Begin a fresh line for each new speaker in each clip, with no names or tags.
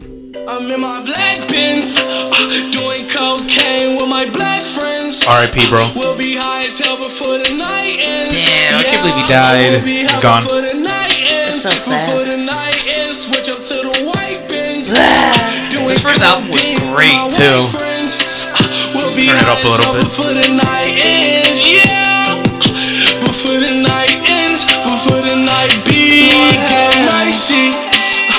I'm in my black bins, doing cocaine with my black friends.
R.I.P. bro.
We'll be high as hell before the night ends.
Damn, I can't believe he died.
we'll be
He's
high
gone.
Before the night ends.
That's so sad.
Before the night ends, switch up to the white bins. Doing
His first album was
cocaine with
great,
my white
too.
friends. Uh, We'll be
Turn it
high
up a
as
little
hell
bit.
Before the night ends, yeah. Before the night ends, before the night begins.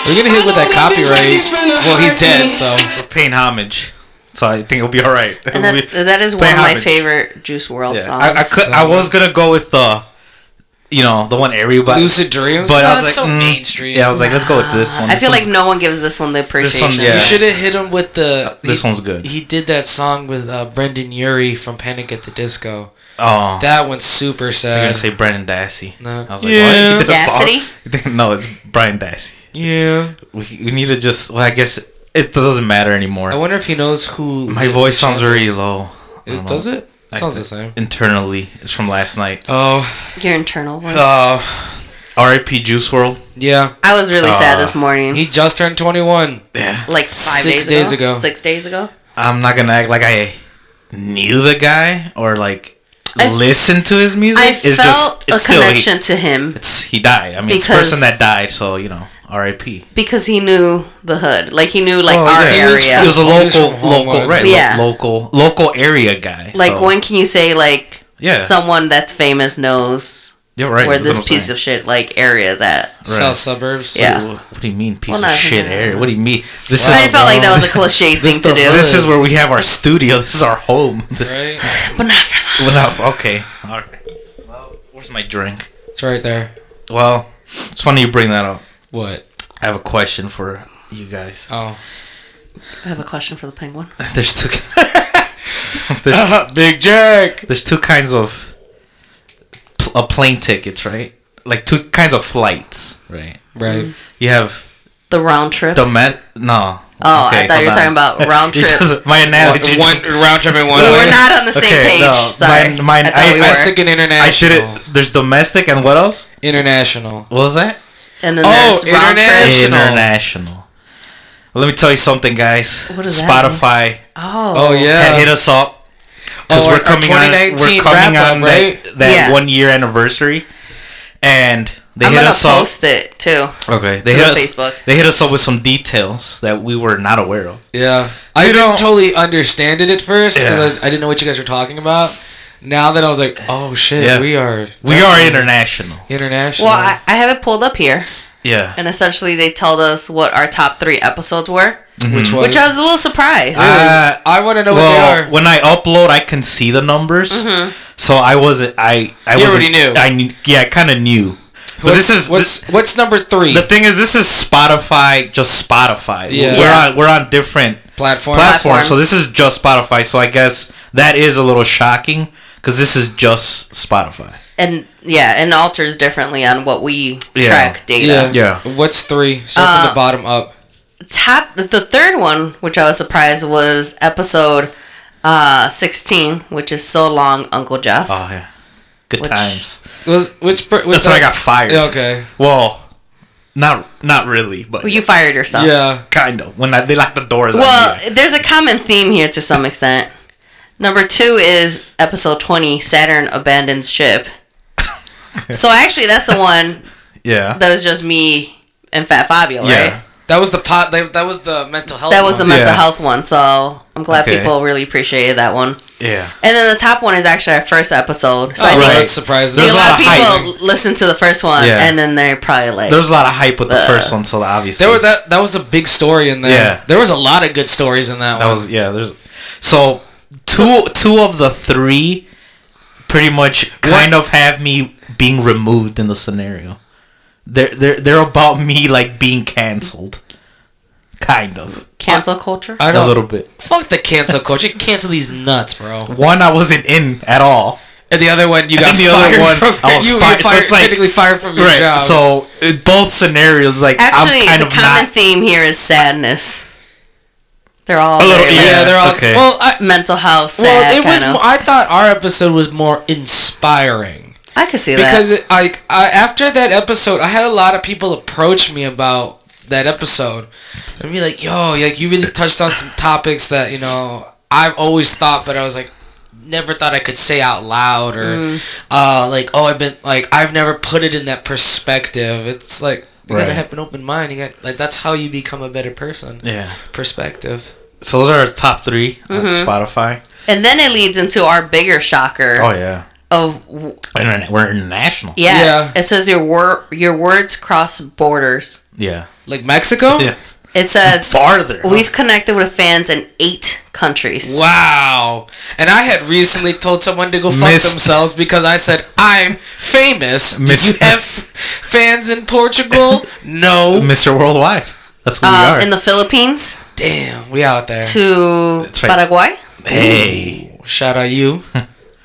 We're gonna hit with that copyright. Well, he's dead, so we're paying homage. So I think it'll be all right.
And that's that is one
Playing
of my
homage.
favorite Juice World
Yeah,
songs.
I, I could. I was gonna go with the, you know, the one everybody.
Lucid Dreams.
But
oh,
I was
that's
like,
so
mm,
mainstream.
Yeah, I was like, let's go with this one.
I
This
feel like
one's-
no one gives this one the appreciation.
yeah.
You should have hit him with the.
This
he-
one's good.
He did that song with uh, Brendan Urie from Panic at the Disco.
oh, that,
That one's super
I'm gonna
sad.
say Brian Dassey.
No.
I was like,
Yeah.
what?
Dassity?
no, it's Brian Dassey.
yeah.
We, we need to just. Well, I guess it doesn't matter anymore.
I wonder if he knows who.
My voice sounds very low. I
Is,
don't know.
does it?
I-
sounds the same.
Internally, it's from last night.
Oh
Your internal voice.
Uh, R.I.P. Juice World.
yeah.
I was really sad
uh,
this morning.
He just turned 21.
Yeah.
like five
six
days,
days
ago,
ago.
Six days ago.
I'm not gonna act like I knew the guy or like
I-
listened to his music.
I
it's
felt
just it's
a
still
connection to him
He, it's he died. I mean, it's a
Because-
person that died. So you know, R.I.P.
because he knew the hood. Like he knew like our
It Oh, was, it was a
area.
He was
local,
from
local,
Homewood.
right? lo-
Yeah.
local, local area guy.
like
so-
when can you say like
Yeah.
someone that's famous knows
You're right.
where
that's what
this
I'm
piece
saying.
of shit like area is at?
South suburbs.
Yeah.
What do you mean, piece
Well,
of
not-
shit area? What do you mean? This
I
is
felt like that was a cliche thing to
this,
do.
this is where we have our studio. This is our home.
Right.
but not for long.
Well, no, okay. All right. Well, where's my drink?
It's right there.
Well, it's funny you bring that up.
What?
I have a question for you guys.
Oh.
I have a question for the penguin.
There's two. there's,
Big Jack.
there's two kinds of pl- uh, plane tickets, right? Like two kinds of flights, right?
Right.
You have
The round trip.
the met. No.
oh, I
Okay,
thought you were
hold
talking
on.
about round
You
trip.
just- my analogy. just-
round trip and one.
we
No,
were
yeah.
not on the same
Okay,
page.
no,
Sorry.
mine- mine-
I thought
I-
we
I
were.
was thinking international.
I did it. There's domestic and what else?
International.
What was that?
and then
Oh,
there's round trip.
internet.
International.
International.
Let me tell you something, guys.
What does that
Spotify
Oh.
Oh yeah.
had hit us up. because
Oh,
we're,
our- our
coming on, we're
2019
coming
wrap-up,
on
right?
that, that
Yeah.
one year anniversary, and they
I'm
hit
gonna
us up.
post it too.
Okay, they
to
hit
the
us.
Facebook.
They hit us up with some details that we were not aware of.
Yeah, I
You
didn't
know-
totally understand it at first because
Yeah.
I, I didn't know what you guys were talking about. Now that I was like, oh shit,
Yeah.
we are
We are international.
international.
Well, I, I have it pulled up here,
Yeah,
and essentially they told us what our top three episodes were,
which was
which I was a little surprised.
Mhm. Uh,
I want to know
well,
what they are.
when I upload, I can see the numbers.
Mm-hmm.
So I wasn't. I I
You
wasn't-
already knew.
I knew. Yeah, I kind of knew. But this is
what's
this.
what's number three
The thing is, this is Spotify. Just Spotify.
Yeah.
We're
Yeah.
on. We're on different.
platform.
platform.
platform.
So this is just Spotify. So I guess that is a little shocking because this is just Spotify.
and yeah, and alters differently on what we
Yeah.
track data. Uh,
Yeah.
Yeah.
What's three? Start from the bottom up.
Top the third one, which I was surprised, was episode uh, sixteen, which is so long, Uncle Jeff.
Oh yeah, good
Which-
times.
Was, which per,
That's when I got fired.
Yeah, okay.
Well, not not really, but
Well, you fired yourself.
Yeah.
kind of. When I, they locked the doors. on me.
Well, there's a common theme here to some extent. Number two is episode 20 Saturn abandons ship. so actually, that's the one
yeah,
that was just me and Fat Fabio,
yeah.
right?
That was the pot. That, that was the mental health.
That was the
one.
mental
Yeah.
health one. So I'm glad
Okay.
people really appreciated that one.
Yeah,
And then the top one is actually our first episode. So
Oh,
I
right.
think
That's surprising.
a
There's a
lot
lot
of
of hype.
people listen to the first one
Yeah.
and then they're probably like,
there's a lot of hype with the first one, so obviously
There were that. That was a big story in there.
Yeah.
There was a lot of good stories in that,
that
one.
was yeah. There's so two two of the three pretty much kind of have me being removed in the scenario. They're they're they're about me like being canceled, kind of
cancel culture.
I
a
don't.
little bit.
Fuck the cancel culture. Cancel these nuts, bro.
One I wasn't in at all.
And the other one, you
I
got
think the other
fired
one,
from.
I was
you were
fired, so
fired-
it's like-
technically fired from your job.
So it, both scenarios, like
actually,
I'm kind
the
of
common
not.
theme here is sadness. They're all
A little-
very, like,
yeah, they're all.
Okay.
Well, I,
mental health sad
well, it was.
kind
mo-
of.
I thought our episode was more inspiring
I could see that.
because, it, like, I, after that episode, I had a lot of people approach me about that episode and be like, yo, like you really touched on some topics that you know I've always thought, but I was like, never thought I could say out loud or uh, like, oh, I've been like, I've never put it in that perspective. It's like you gotta
Right.
have an open mind. You got like that's how you become a better person.
Yeah.
Perspective.
So those are our top 3 on
Mm-hmm.
Spotify.
And then it leads into our bigger shocker
Oh yeah.
of w-
Internet. We're international.
yeah,
Yeah.
It says your wor- your words cross borders.
Yeah.
Like Mexico.
Yeah.
It says
Farther.
we've connected with fans in eight countries.
Wow. And I had recently told someone to go fuck
Miss-
themselves because I said, I'm famous. Do
Miss-
you have fans in Portugal? No.
Mr. Worldwide. That's who
Uh,
we are.
in the Philippines
Damn, we out there.
to
That's right.
Paraguay.
hey.
Shout out you.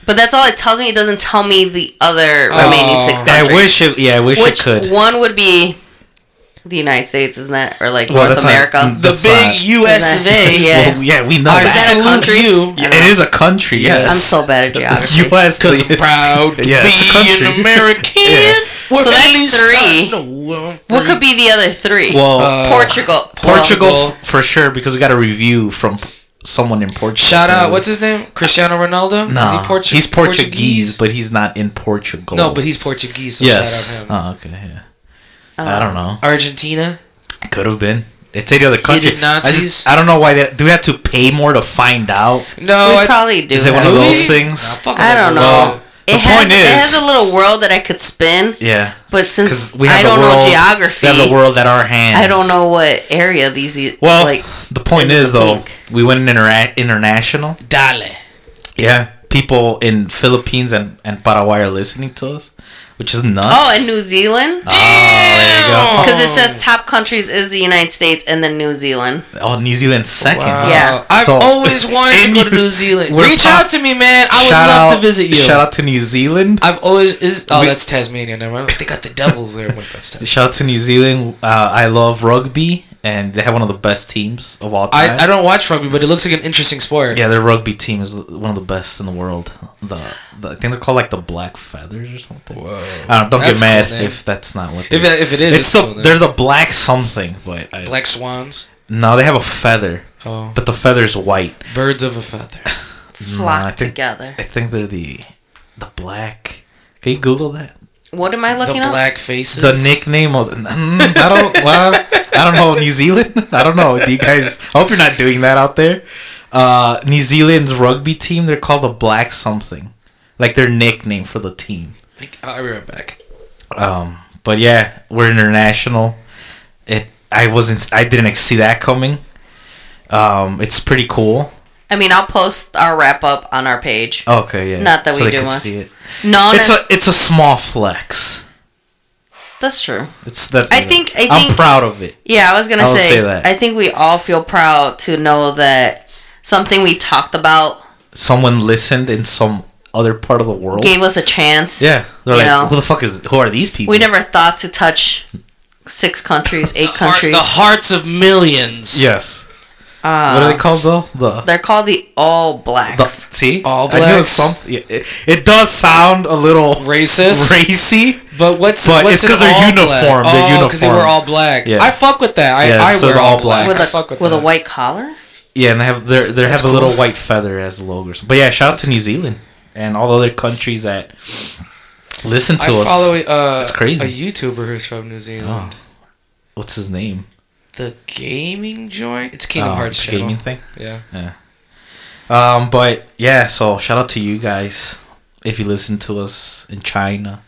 But that's all it tells me. It doesn't tell me the other remaining
Oh.
six countries.
I wish it. Yeah, I wish
Which
it could.
one would be the United States, isn't that, or like
Well,
North
that's not-
America?
The
That's
big
not-
US of A.
Yeah.
Well, yeah, we know.
I
that.
that a country?
salute you
Yeah, it is a country. Yes.
I'm so bad at geography.
U.S.
because I'm proud to
Yeah, it's a
be
country.
an American. We're
So that's
East-
three.
No, I'm
What
free.
could be the other three?
Well,
Uh,
Portugal.
Portugal
Portugal.
f- for sure because we got a review from someone in Portugal.
Shout out, what's his name? Cristiano Ronaldo?
No,
Is he Portu-
he's Portuguese, but he's not in Portugal.
No, but he's Portuguese, so
yes.
shout out him.
Oh, okay. Yeah.
Um,
I don't know.
Argentina?
Could have been. It's any other country. I,
Nazis.
just, I don't know why that. Do we have to pay more to find out?
No,
we
Oh, I-
probably do.
Is it
that.
one of
Do
those
we?
things?
Nah, fuck all
I
that
don't
bullshit.
Well,
know.
the
It has
point
it
is-
has a little world that I could spin,
Yeah.
but since
'Cause we have
I don't
the world,
know
We have the
geography,
world at our hands.
I don't know what area these e-
Well,
like.
the point
is
is,
the
though,
pink.
we went in intera- international.
Dale.
Yeah. People in Philippines and, and Paraguay are listening to us, which is nuts.
Oh, and New Zealand,
Oh, there you
because it says top countries is the United States and then New Zealand.
go. Oh, New Zealand second.
Wow.
huh?
Yeah.
I've
So-
always wanted to
And
go to
you-
New Zealand.
we're
Reach
pro-
out to me, man. I would
Shout
love
out,
to visit you.
Shout out to New Zealand.
I've always is oh
We-
that's Tasmania. Never mind. They got the devils there. Wait, that's Tas-
Shout out to New Zealand. Uh, I love rugby, and they have one of the best teams of all time.
I, I don't watch rugby, but it looks like an interesting sport.
yeah, their rugby team is one of the best in the world. The, the I think they're called like the Black Feathers or something.
Whoa.
I don't, don't
That's
get mad
cool name.
if that's not what.
If
they-
it, if it is,
Uh, it's the
cool name.
they're the black something, but I,
black swans.
no, they have a feather,
Oh,
but the feather's white.
birds of a feather.
Flock
I think-
together.
I think they're the the black. Can you Google that?
What am I
The
looking up?
black faces.
The nickname of mm, I don't well, I don't know New Zealand. I don't know. Do you guys? I hope you're not doing that out there. Uh, New Zealand's rugby team. They're called the Black something, like their nickname for the team.
Like, I'll be right back.
Um, but yeah, we're international. It I wasn't I didn't see that coming. Um, it's pretty cool.
I mean, I'll post our wrap up on our page.
Okay, yeah.
Not that we
they
do
can
one.
See it.
No,
It's
that's,
a it's a small flex.
that's true.
It's that's
I think- I
am
think-
proud of it.
Yeah, I was gonna
I would
say,
say that.
I think we all feel proud to know that something we talked about
Someone listened in some other part of the world.
gave us a chance.
yeah, they're
you
like,
know.
who the fuck is who are these people?
We never thought to touch six countries, eight
Heart, the
countries.
hearts of millions.
Yes. what
Uh,
are they called though? The,
they're called the All
the
Blacks.
see
All
I knew it, was
blacks.
something. yeah, It, it does sound a little
Racist.
racy.
But what's
But
what's
it's 'cause
an
they're
all
uniform,
Black?
they're
Oh, 'cause they were
uniform.
all black.
Yeah.
I fuck with that. I,
Yeah,
I
so
wear
they're
all
all
black.
black.
with
I
a
fuck with,
with a
that.
white collar.
Yeah, and they have they they have a
cool.
little white feather as logos. But yeah, shout out to New Zealand and all the other countries that listen to
I
us.
follow uh,
That's crazy. Oh.
a YouTuber who's from New Zealand.
What's his name?
The gaming joint. It's Kingdom
Oh,
Hearts
the
channel.
gaming thing.
Yeah.
Um, but yeah, so shout out to you guys if you listen to us in China,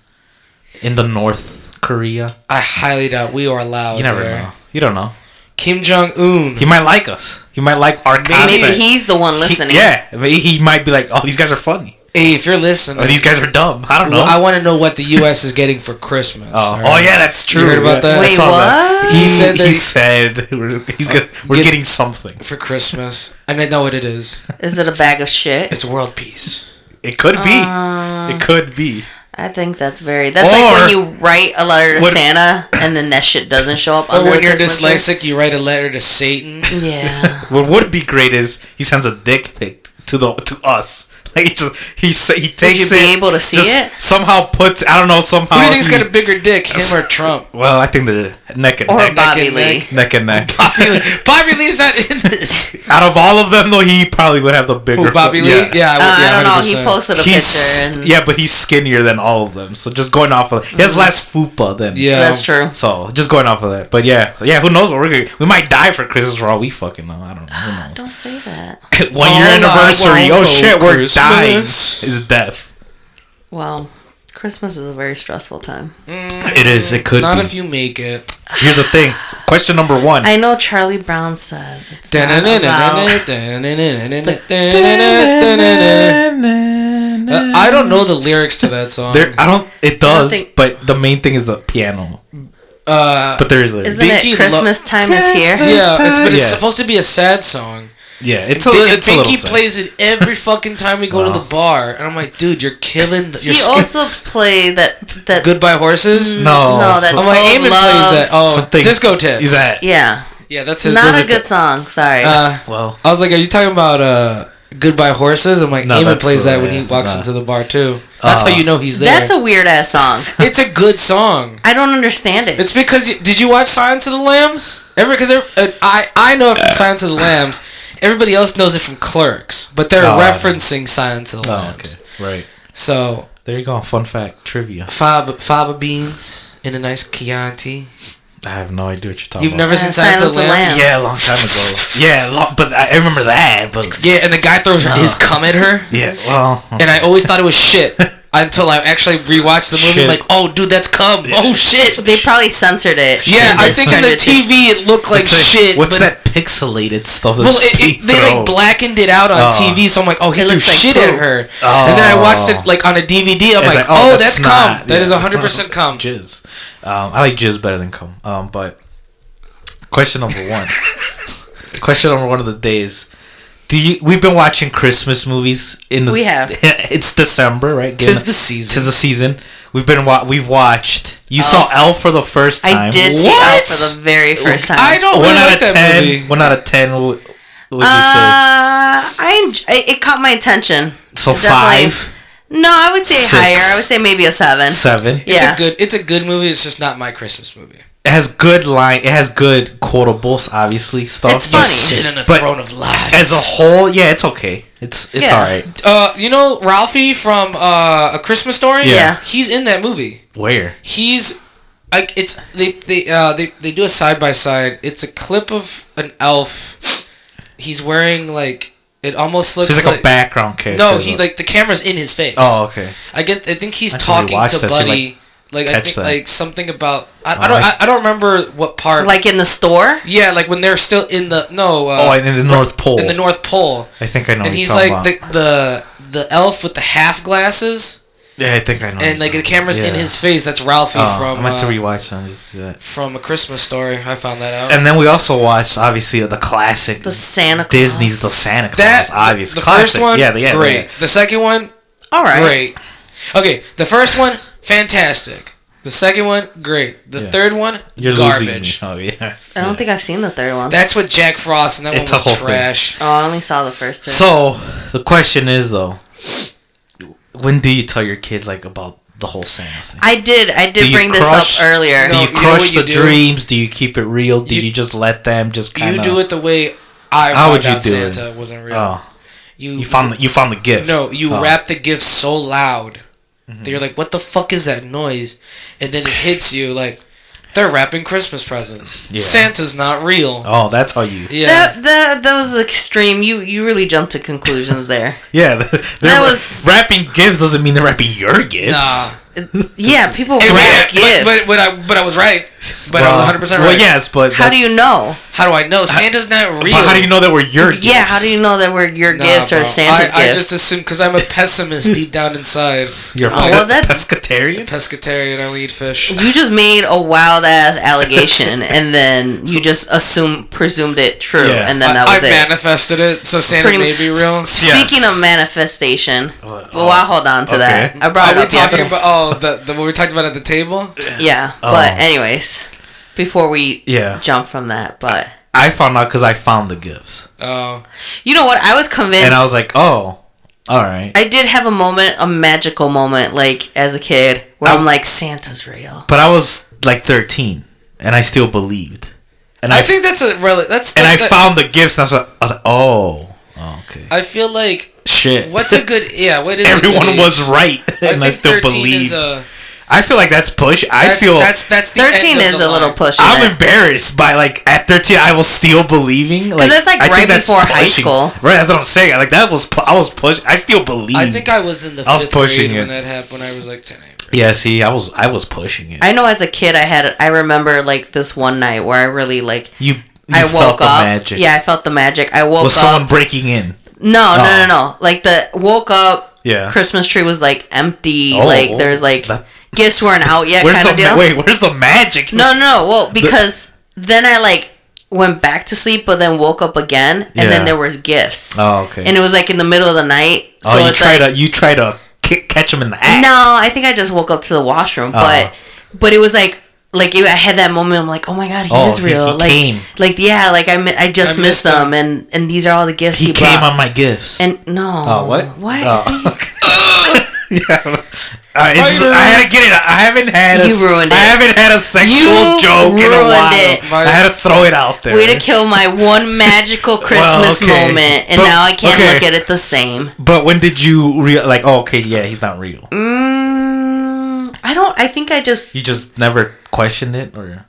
in the North Korea.
I highly doubt we are allowed.
You never
there.
know. You don't know.
Kim Jong Un.
He might like us. He might like our
Maybe
content.
he's the one
He-
listening.
yeah, maybe he might be like, "Oh, these guys are funny,
Hey, if you're listening,
or these guys are dumb." I don't know.
I want to know what the U.S. is getting for Christmas.
Oh,
all
oh
right?
yeah, that's true.
heard about
Yeah,
that?
I
Wait,
saw that.
what?
He,
He
he
said
said
that-
we're, he's gonna, we're
get-
getting something.
For Christmas, and I know what it is.
Is it a bag of shit?
It's world peace.
It could be.
Uh.
it could be.
I think that's very. That's like
Or-
when you write a letter to
When-
Santa and then that shit doesn't show up.
Or
Oh,
under
when
the
you're
Christmas tree.
dyslexic, you write a letter to Satan.
Yeah.
What would be great is he sends a dick pic to the to us. Like he just he sa- he takes
you
it.
be able to see
just
it?
Somehow puts I don't know somehow.
Who do you think's
he-
got a bigger dick, him or Trump?
Well, I think they're neck and
Or
neck,
Bobby
and
Lee.
neck.
neck and neck.
Bobby Lee. Bobby Lee's not in this.
Out of all of them, though, he probably would have the bigger.
Who, Bobby Lee? Yeah, I,
Uh,
would, Oh, yeah,
I don't know.
100%.
He posted a
He's
picture. And
yeah, but he's skinnier than all of them. So just going off of he
Mm-hmm.
has less fupa than
Yeah.
That's true.
So just going off of that, but yeah, yeah. Who knows what we're gonna, we might die for Christmas for all we fucking know. I don't know. Who knows?
Don't say that.
One year
All I
anniversary.
want
Oh
for
shit, we're
Christmas.
dying. Is death.
Wow. Christmas is a very stressful time.
It is. It could
Not
be.
if you make it.
Here's the thing. Question number one.
I know Charlie Brown says it's not about-
I don't know the lyrics to that song.
There, I don't. It does,
think-
but the main thing is the piano.
Uh,
But there is lyrics.
Isn't
Binky
it
Lo-
Christmas time is here?
Christmas.
yeah, it's, but it's
Yeah.
supposed to be a sad song.
yeah, it's a,
Binky,
it's a little.
Binky
sad.
plays it every fucking time we go to the bar, and I'm like, dude, you're killing. The, you're
He
skip-
also played that that
Goodbye Horses.
No,
No, that's-
Oh, my
Oh,
Eamon plays
love.
that. Oh,
Something-
disco tits.
Is that
yeah.
Yeah, that's it.
Not
Those
a
are
good
t-
song, sorry.
uh,
well?
I was like, are you talking about uh, Goodbye Horses? I'm like,
No,
Eamon
that's
plays
the-
that when he
yeah,
walks
nah.
into the bar too. That's
Uh,
how you know he's there.
That's a weird ass song.
It's a good song.
I don't understand it.
It's because you, did you watch Silence of the Lambs? Every because I I know it from Silence of the Lambs. Everybody else knows it from Clerks, but they're
Oh, I don't.
referencing Silence of the
Oh,
Lambs.
okay, right.
So
There you go. Fun fact trivia.
fava fava beans in a nice Chianti.
I have no idea what you're talking
You've
about.
never seen Silence, of the Lambs?
Yeah, a long time ago. Yeah, lo- but I, I remember that. But
Yeah, and the guy throws his cum at her,
yeah, well,
and I always thought it was shit until I actually rewatched the movie.
Shit.
Like, oh, dude, that's cum. Oh shit.
they probably censored it.
Yeah,
and
I
just
think on
turned
the
it to-
TV it looked like
it's like,
shit.
What's
and-
that pixelated stuff? That
Well,
just
it, it,
they
they like blackened it out on
Oh.
TV, so I'm like, oh, he
It
threw
looks like
shit
poop.
at her. And then I watched it like on a DVD. I'm
It's
like, oh, that's, cum.
not-
That
yeah.
is 100 percent cum.
Jizz. Um, I like jizz better than cum. Um, but question number one. question number one of the days. Do you? We've been watching Christmas movies in the.
We have.
It's December, right?
Tis
Given-
the season.
Tis the season. We've been wa- we've watched. You saw Elf for the first time.
I did see
What?
Elf for the very first time.
I don't
One
really
out
like
of
that
ten.
movie.
One out of ten. What would you
Uh, I enj- it it caught my attention.
say? So
It's definitely-
five,
No, I would say
Six.
higher. I would say maybe a seven.
seven.
It's
Yeah.
a good. It's a good movie. It's just not my Christmas movie.
It has good line. It has good quotables, obviously stuff.
It's
You
Fine.
sit on a
But
throne of lies.
As a whole, yeah, it's okay. It's it's
Yeah.
all right.
uh, you know Ralphie from uh, A Christmas Story.
Yeah.
Yeah.
he's in that movie.
Where?
He's like it's they they uh, they they do a side by side. It's a clip of an elf. He's wearing like it almost looks
It's just like
like
a background character.
No, he
though.
like uh, the camera's in his face.
Oh, okay.
I get. I think he's
I totally
talking
watched
to
that, so you,
Buddy. Like, I
catch
think
that.
like something about. I, I
Oh,
don't.
I-
I, I don't remember what part.
Like in the store.
yeah, like when they're still in the no. Uh,
Oh, and in the North Pole.
in the North Pole,
I think I know.
and
what you're
he's
talking
like
about.
the the the elf with the half glasses,
yeah, I think I know. what
and
you're
like the
talking about.
camera's in
Oh, Yeah.
his face. That's Ralphie
Oh,
from
I meant to
uh,
rewatch them. Just, uh,
from A Christmas Story. I found that out.
and then we also watched obviously the classic
The Santa Claus.
Disney's The Santa
that
Claus. Obvious
the
classic.
first one,
yeah, the, yeah, the-
great. The second one,
All right.
great. Okay, the first one, fantastic. The second one, great. The
Yeah.
third one,
You're losing
garbage.
me. Oh yeah.
I don't think I've seen the third one.
That's what Jack Frost, and that
It's a
one
whole
was
thing.
trash.
oh, I only saw the first two.
So the question is though, when do you tell your kids like about the whole Santa thing?
I did. I
Do
did
you
bring
crush-
this up earlier.
do
No,
you
you know
crush
what you
the
do?
dreams? Do you keep it real? Do you,
You-
just let them just kind
You
of
do it the way I
How
found
would you
out
do it?
Santa wasn't real.
Oh,
you,
you found the, you found the gifts.
no, you
Oh. Mm-hmm.
wrap the gift so loud that you're like, "What the fuck is that noise?" And then it hits you like, "They're wrapping Christmas presents.
Yeah.
Santa's not real."
Oh, that's how you.
Yeah,
That, that that was extreme. You you really jumped to conclusions there.
Yeah, they're-
That was-
wrapping gifts doesn't mean they're wrapping your gifts.
nah.
yeah, people
It-
wrap
but,
gifts.
but, but I but I was right. But I was 100 percent right.
Well, yes, but
how do
that's-
you know?
How do I know Santa's not real?
But how do you know that were your gifts?
Yeah, how do you know that were your
Nah,
gifts
bro.
or Santa's
I, I
gifts?
just assume because I'm a pessimist deep down inside.
You're
Oh, well,
a
that's-
pescatarian.
Pescatarian. I only eat fish.
you just made a wild ass allegation, and then you just assume presumed it true,
Yeah.
and then that
I,
was
I
it.
manifested it, so Santa
pretty
may
mu-
be real.
Speaking
Yes.
of manifestation,
Oh,
but well, I'll hold on to that.
okay.
I brought
Uh, Are
it
we
up
talking
yesterday.
about oh the, the what we talked about at the table?
yeah,
Oh.
but anyways, before we
Yeah.
jump from that, but
I found out because I found the gifts,
Oh,
you know what? I was convinced.
and I was like, oh, All right.
I did have a moment, a magical moment, like as a kid, where
I-
I'm like, Santa's real.
But I was like 13, and I still believed. And I,
I think that's a rel- that's
and I
like the-
found the gifts. And I was like, I was like oh, oh, okay,
I feel like
shit.
Uh, what's a good yeah? What is a good
Everyone
age?
was right, and I,
think
still
13 is
believed.
a-
I feel like that's push. I
that's-
feel
that's that's the
Thirteen
end of
is
the
a little
line.
pushy.
I'm embarrassed by like at 13 I was still believing like
that's, like,
I think
right
that's
before high
pushing.
school.
Right, that's what I'm saying. Like that was pu- I was pushing. I still believed.
I think I was in the
I was
fifth
pushing
grade
it.
when that happened. When I was like ten. I remember.
yeah. See, I was I was pushing it.
I know as a kid, I had, I remember like this one night where I really like,
you you
I woke
felt the
up.
magic.
Yeah, I felt the magic. I woke
Was someone
up.
breaking in?
No, no,
Oh.
no, no. Like the woke up.
Yeah.
Christmas tree was like empty.
Oh,
like there's like
that-
gifts weren't out yet.
Where's
Kind
the
of deal.
ma- wait? Where's the magic?
No, no, no. Well, because then I like went back to sleep, but then woke up again, and
Yeah.
then there was gifts,
Oh, okay.
and it was like in the middle of the night. So
oh, you
it's
try
like
to you try to ki- catch him in the act.
no, I think I just woke up to the washroom,
Oh.
but but it was like like it, I had that moment. I'm like, oh my god, he
Oh,
is
he-
real.
he
like
came.
like yeah, like I mi- I just
I
missed
missed him.
him, and and these are all the gifts he,
he
brought.
came on my gifts.
and no,
Oh, what?
What?
Oh.
See?
yeah. I, it's-
Fire.
I had to get it. out. I haven't had a,
You ruined
I
it.
haven't had a sexual
You
joke in a
ruined
while.
it.
I had to throw it out there.
Way to kill my one magical Christmas
okay.
moment, and
But-
now I can't
okay.
look at it the same.
But when did you real like? Oh, okay, yeah, he's not real.
Mm, I don't. I think I just.
You just never questioned it, or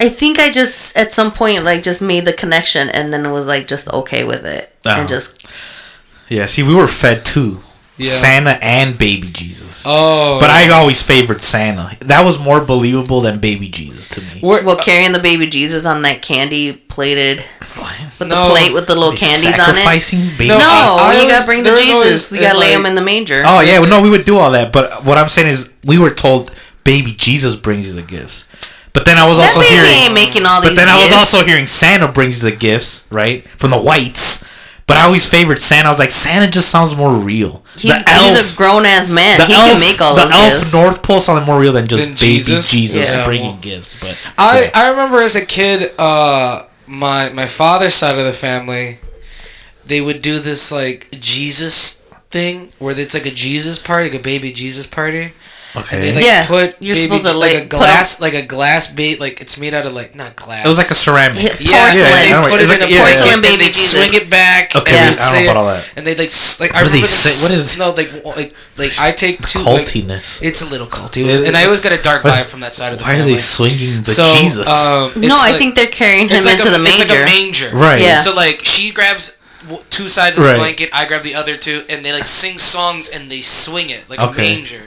I think I just at some point like just made the connection and then was like just okay with it
Oh.
and just
yeah. See, we were fed too,
Yeah.
Santa and Baby Jesus.
Oh,
But I always favored Santa. That was more believable than Baby Jesus to me.
We're-
well carrying the baby Jesus on that candy plated with
No.
the plate with the little candies on it.
sacrificing baby.
No,
No, I- I
you
was-
gotta bring the
there was
Jesus.
always,
You gotta lay him
like-
in the manger.
Oh yeah, well, no, we would do all that. But what I'm saying is, we were told Baby Jesus brings you the gifts. But then I was
that
also
baby
hearing.
ain't making all
But
these.
then I was
gifts.
also hearing Santa brings the gifts, right? From the whites. But I always favored Santa. I was like, Santa just sounds more real.
he's,
the elf,
he's a grown ass man.
the
he
elf,
can make all
the
those
elf
gifts.
North Pole sounded more real than just
Than
baby Jesus,
Jesus?
Yeah.
bringing gifts. But
I
yeah.
I remember as a kid, uh, my my father's side of the family, they would do this like Jesus thing where it's like a Jesus party, like a baby Jesus party. And
okay,
they like
Yeah,
put
you're
baby
supposed to,
Je- like,
like,
a
put
glass like a glass bait like it's made out of like not glass.
it was like a ceramic.
Yeah,
yeah,
porcelain.
yeah,
and
I
they
don't know.
put
It's
it in
like-
a
yeah,
porcelain
porcelain
baby
baby
they
Jesus.
swing it back.
Okay,
and
I
they'd
don't know
say-
about all that.
And they like s- like I
What do they
remember
s- what is-
no like w- like like I take two like-
Cultiness.
it's a little culty,
It-
and I always got a dark
why-
vibe from that side of the
Why are
family.
they swinging the
so,
Jesus?
Um,
No,
it's
I
like-
think they're carrying him
it's like
into
a,
the manger.
It's like a manger.
right.
yeah.
So like she grabs w- two sides of
Right.
the blanket, I grab the other two, and they like sing songs and they swing it like
Okay. Oh.
a manger.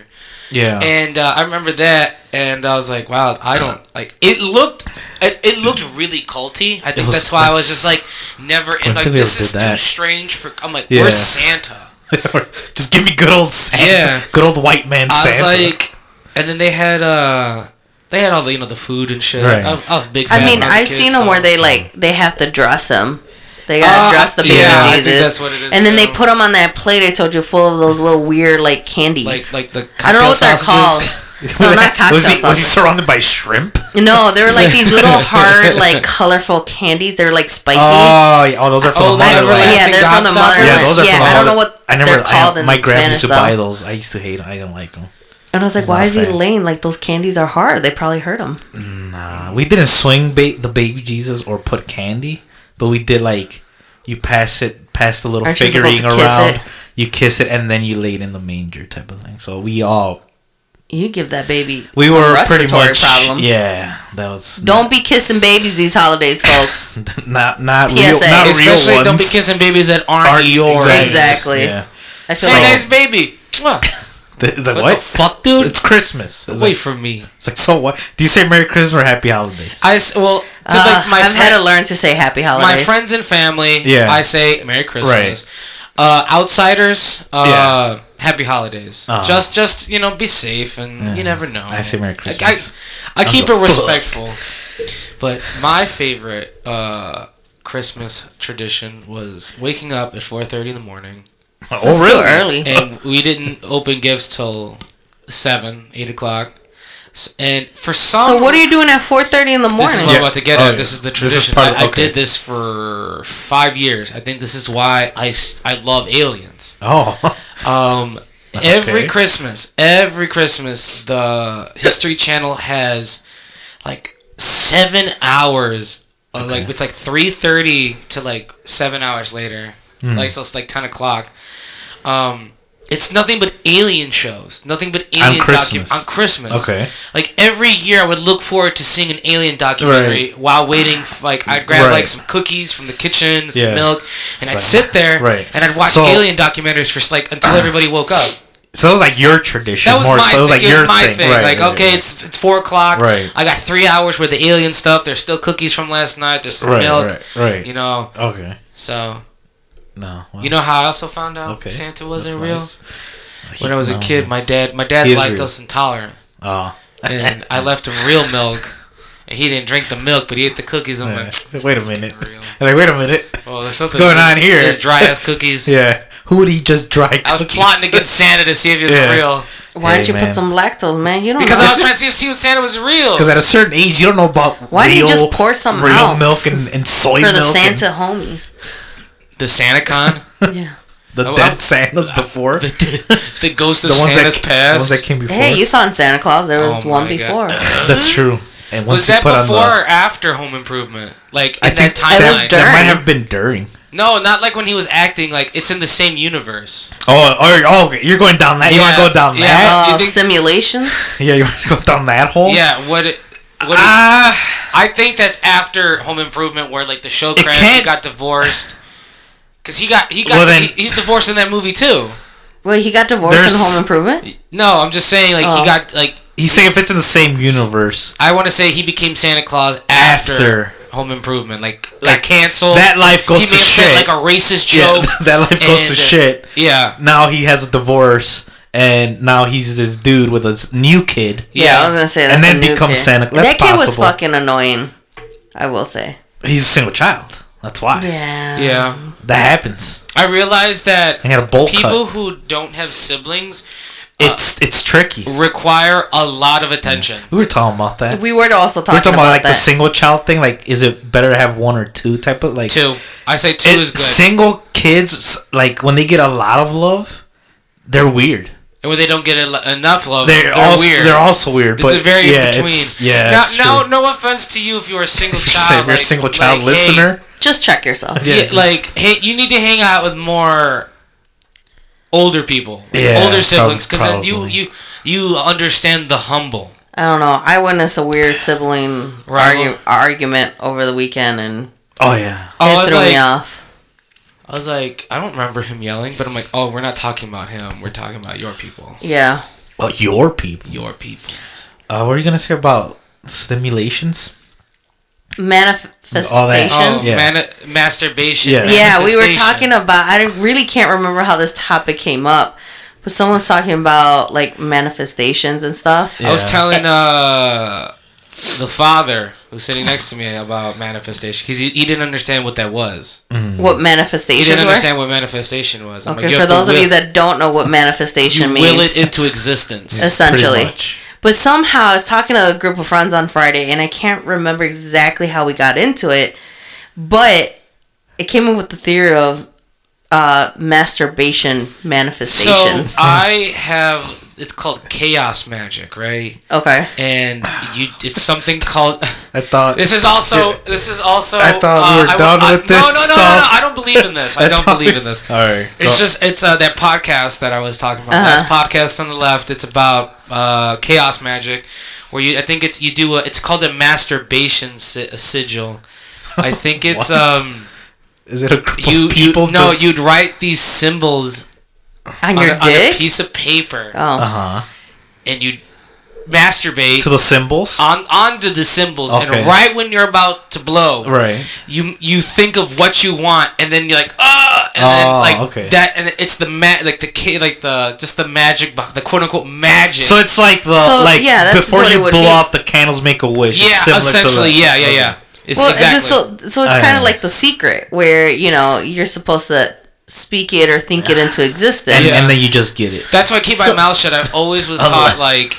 Yeah.
And uh, I remember that, and I was like, wow, I don't like. It looked, it, it looked really culty. I think
was-
that's why I was just like, never.
I
And like
think we
this
ever
is
did
too
that.
strange for. I'm like,
Yeah.
we're Santa.
just give me good old Santa.
Yeah.
Good old white man
I was
Santa.
like, and then they had uh, they had all the you know the food and shit.
Right.
I, I was a big. Fan
I mean,
when was a
I've
kid,
seen them
so-
where they like they have to dress him. They gotta
Uh,
dress the baby
yeah, I think
Jesus,
that's what it is,
and then they
too.
put him on that plate I told you, full of those little weird like candies.
like like the.
I don't know
cocktail
what they're
sausages.
called. No, Oh, not cocktail
was, he, was he
sausages.
surrounded by shrimp?
No, they were like these little hard, like colorful candies. They're like spiky.
Oh, yeah. oh, those are from
Oh,
the
those
I
are
don't know.
motherland.
Yeah, they're from
everlasting
the
gobstoppers?
mother.
Yeah, those are
yeah,
from
I
all
don't know
the-
what
I never.
they're called
I,
in
my grandma
Spanish
used to
though.
buy those. I used to hate them. I didn't like them.
And I was like,
not
why
a
is he
fan.
lame? Like those candies are hard. They probably hurt him.
Nah, Uh, we didn't swing ba- the baby Jesus or put candy, but we did like you pass it, pass the little
Aren't you
figurine
supposed to kiss
around,
it?
you kiss it, and then you lay it in the manger type of thing. So we all
You give that baby.
we
some
were
respiratory
pretty much
problems.
yeah. That was
Don't be kissing babies these holidays, folks.
not not real,
PSA.
not
Especially
real ones.
don't be kissing babies that aren't,
Aren't
yours.
Exactly.
Yeah.
I feel
Hey,
like
nice baby. Mwah.
The, the
What,
what?
the fuck, dude?
It's Christmas. It's
Wait
like,
for me.
it's like so what? Do you say Merry Christmas or Happy Holidays?
I s- well to
Uh,
like my
I've had
friend,
to learn to say happy
my
holidays.
friends and family.
Yeah.
I say Merry Christmas. Uh, outsiders. Uh,
Yeah.
Happy holidays.
Oh.
Just just you know be safe and
Yeah.
you never know.
I say Merry
Like,
Christmas.
I, I keep it
the fuck.
respectful. But my favorite uh, Christmas tradition was waking up at four thirty in the morning.
oh
It's too early.
and we didn't open gifts till seven, eight o'clock. S- And for some,
So what are you doing at 4:30 in the morning?
This is what
Yeah.
I'm about to get
Oh,
at.
yeah.
This is the
This is
tradition.
part of-
I, I
okay.
did this for five years. I think this is why I, s- I love aliens.
Oh,
Um, every
Okay.
Christmas, every Christmas, the History Channel has like seven hours. Of, Like it's like three thirty to like seven hours later.
Hmm.
Like so, it's like ten o'clock. Um, it's nothing but alien shows. Nothing but alien docu-
Christmas.
on Christmas.
Okay.
Like every year, I would look forward to seeing an alien documentary while waiting. f like I'd grab like
Right.
some cookies from the kitchen, some
Yeah.
milk, and I'd
like-
sit there
Right.
and I'd watch
So-
alien documentaries for like until everybody woke up.
so it was like your tradition.
That was
more,
my
so it was like
thing. It was
your
my
thing.
thing.
Right,
like
right,
okay,
right.
it's it's four o'clock.
Right.
I got three hours with the alien stuff. There's still cookies from last night. There's some
Right,
milk.
right, right.
You know.
okay.
So
No, well,
you know how I also found out
Okay,
Santa
that's
wasn't real
nice.
when I was
No.
a kid. My dad, my dad's
He is
lactose intolerant,
Oh,
and I left him real milk. And he didn't drink the milk, but he ate the cookies. I'm like,
wait a minute.
real.
Like, wait a minute.
Oh, there's something
going on here?
There's dry ass cookies.
Yeah, who would he just dry?
I was plotting against Santa to see if he was
Yeah.
real
Why didn't
Hey,
you
man.
put some lactose, man? You don't
because
know.
I was trying to see if- see if Santa was real.
Because at a certain age, you don't know about
Why do
real,
you just pour some
real
out
milk and, and soy
for
milk
the
and
Santa homies.
The Santa con,
Yeah.
the
Oh,
dead
oh.
Santas before
the the ghost of
the ones
Santa's
that ca- the
past.
ones that came before.
Hey, you saw in Santa Claus there was
Oh
one
my God.
before.
That's true. And once
was
you
that
put on
before
the,
or after Home Improvement? Like in
I think
that timeline?
that, that might
during.
have been during.
no, not like when he was acting. Like it's in the same universe.
Oh, oh, oh okay, you're going down that. You want to go
Yeah,
down
yeah.
that?
you
Uh,
think-
stimulation.
Yeah, you want to go down that hole?
Yeah. What? It, what? it-
Oh. Ah,
I think that's after Home Improvement, where like the show
It
crashed. He
can't-
got divorced. Cause he got he got
Well, then-
he- he's divorced in that movie too.
Well, he got divorced
There's-
in Home Improvement.
No, I'm just saying like
Oh.
he got like
he's saying if it's in the same universe
I want to say he became Santa Claus after,
after,
Home Improvement. Like got
Like,
canceled.
that life goes
he
to
made
shit.
like a racist
yeah,
joke.
that life goes to
and-
shit.
Yeah.
Now he has a divorce, and now he's this dude with a s- new kid.
Yeah, I was gonna say that.
And then becomes Santa- that's
that kid was
possible.
fucking annoying. I will say.
He's a single child. That's why
Yeah.
Yeah.
that happens.
I realized that
I had a bowl
people
cut.
who uh, don't have siblings
It's it's tricky.
require a lot of attention.
We were talking about that.
We were also talking,
We're talking
about,
about, like the
that.
single child thing. Like, is it better to have one or two type of like
Two. I say two
It-
is good.
Single kids, s- like when they get a lot of love, they're weird.
And when they don't get el- enough love,
They're,
they're,
also
weird.
they're also weird.
it's
but
a very
yeah,
in between.
It's, yeah,
Now,
it's
now,
true.
no offense to you if you're a single
Say,
child.
if you're a
like-
single child
like, hey,
listener,
Just check yourself.
Yeah,
Yeah,
just-
like hey, you need to hang out with more older people, like
Yeah,
older siblings, because then
prob-
you
probably.
you you understand the humble.
I don't know. I witnessed a weird sibling
Rival.
argu- argument over the weekend, and it
oh yeah,
Oh, I was
threw me
like,
off.
I was like, I don't remember him yelling, but I'm like, oh, we're not talking about him. We're talking about your people,
Yeah.
well, your people.
your people.
Uh, what are you gonna say about stimulations?
Manifestations.
Oh,
Yeah.
mani- masturbation.
Yeah.
Yeah, we were
manifestation.
talking about. I really can't remember how this topic came up, but someone was talking about like manifestations and stuff.
I was
Yeah.
telling uh, the father who's sitting next to me about manifestation because he, he didn't understand what that was.
What
He
manifestations
didn't
were?
understand what manifestation was. I'm
Okay,
like, you
for
have to
those of
will-
you that don't know what manifestation
you
means,
will it into existence.
essentially.
Pretty much.
But somehow I was talking to a group of friends on Friday, and I can't remember exactly how we got into it, but it came up with the theory of uh, masturbation
So
manifestations.
I have. It's called chaos magic, right?
okay.
And you, it's something called.
I thought
This is also. This is also. uh,
I thought we were
I-
done
I-
with
no,
this
no, no, no, no,
stuff.
I don't believe in this. I, don't believe in this.
All right,
It's just it's uh, that podcast that I was talking about.
Uh-huh.
Last podcast on the left. It's about uh, chaos magic, where you I think it's you do a, it's called a masturbation si- a sigil. I think it's
What?
um
is it a group
you
of people?
you no
just,
you'd write these symbols
On
on,
your
a, on a
dick?
piece Uh-huh. of paper
oh.
uh huh
and you masturbate
to the symbols.
on onto the symbols
Okay.
and right when you're about to blow
right.
you you think of what you want and then you're like ah and
Oh,
then like
okay.
that and it's the ma- like the ca- like the just the magic beh- the quote unquote magic
So it's like the
So,
like
yeah, that's
before
what it
you
would
blow
be.
out the candles, make a wish. It's
yeah
similar to
essentially
that.
yeah yeah
Okay.
yeah it's
Well,
exactly
it's so, so it's
I
kind
know.
of like the secret where, you know, you're supposed to speak it or think it into existence.
And,
Yeah.
and then you just get it.
that's why I keep my
so-
mouth shut I always was taught like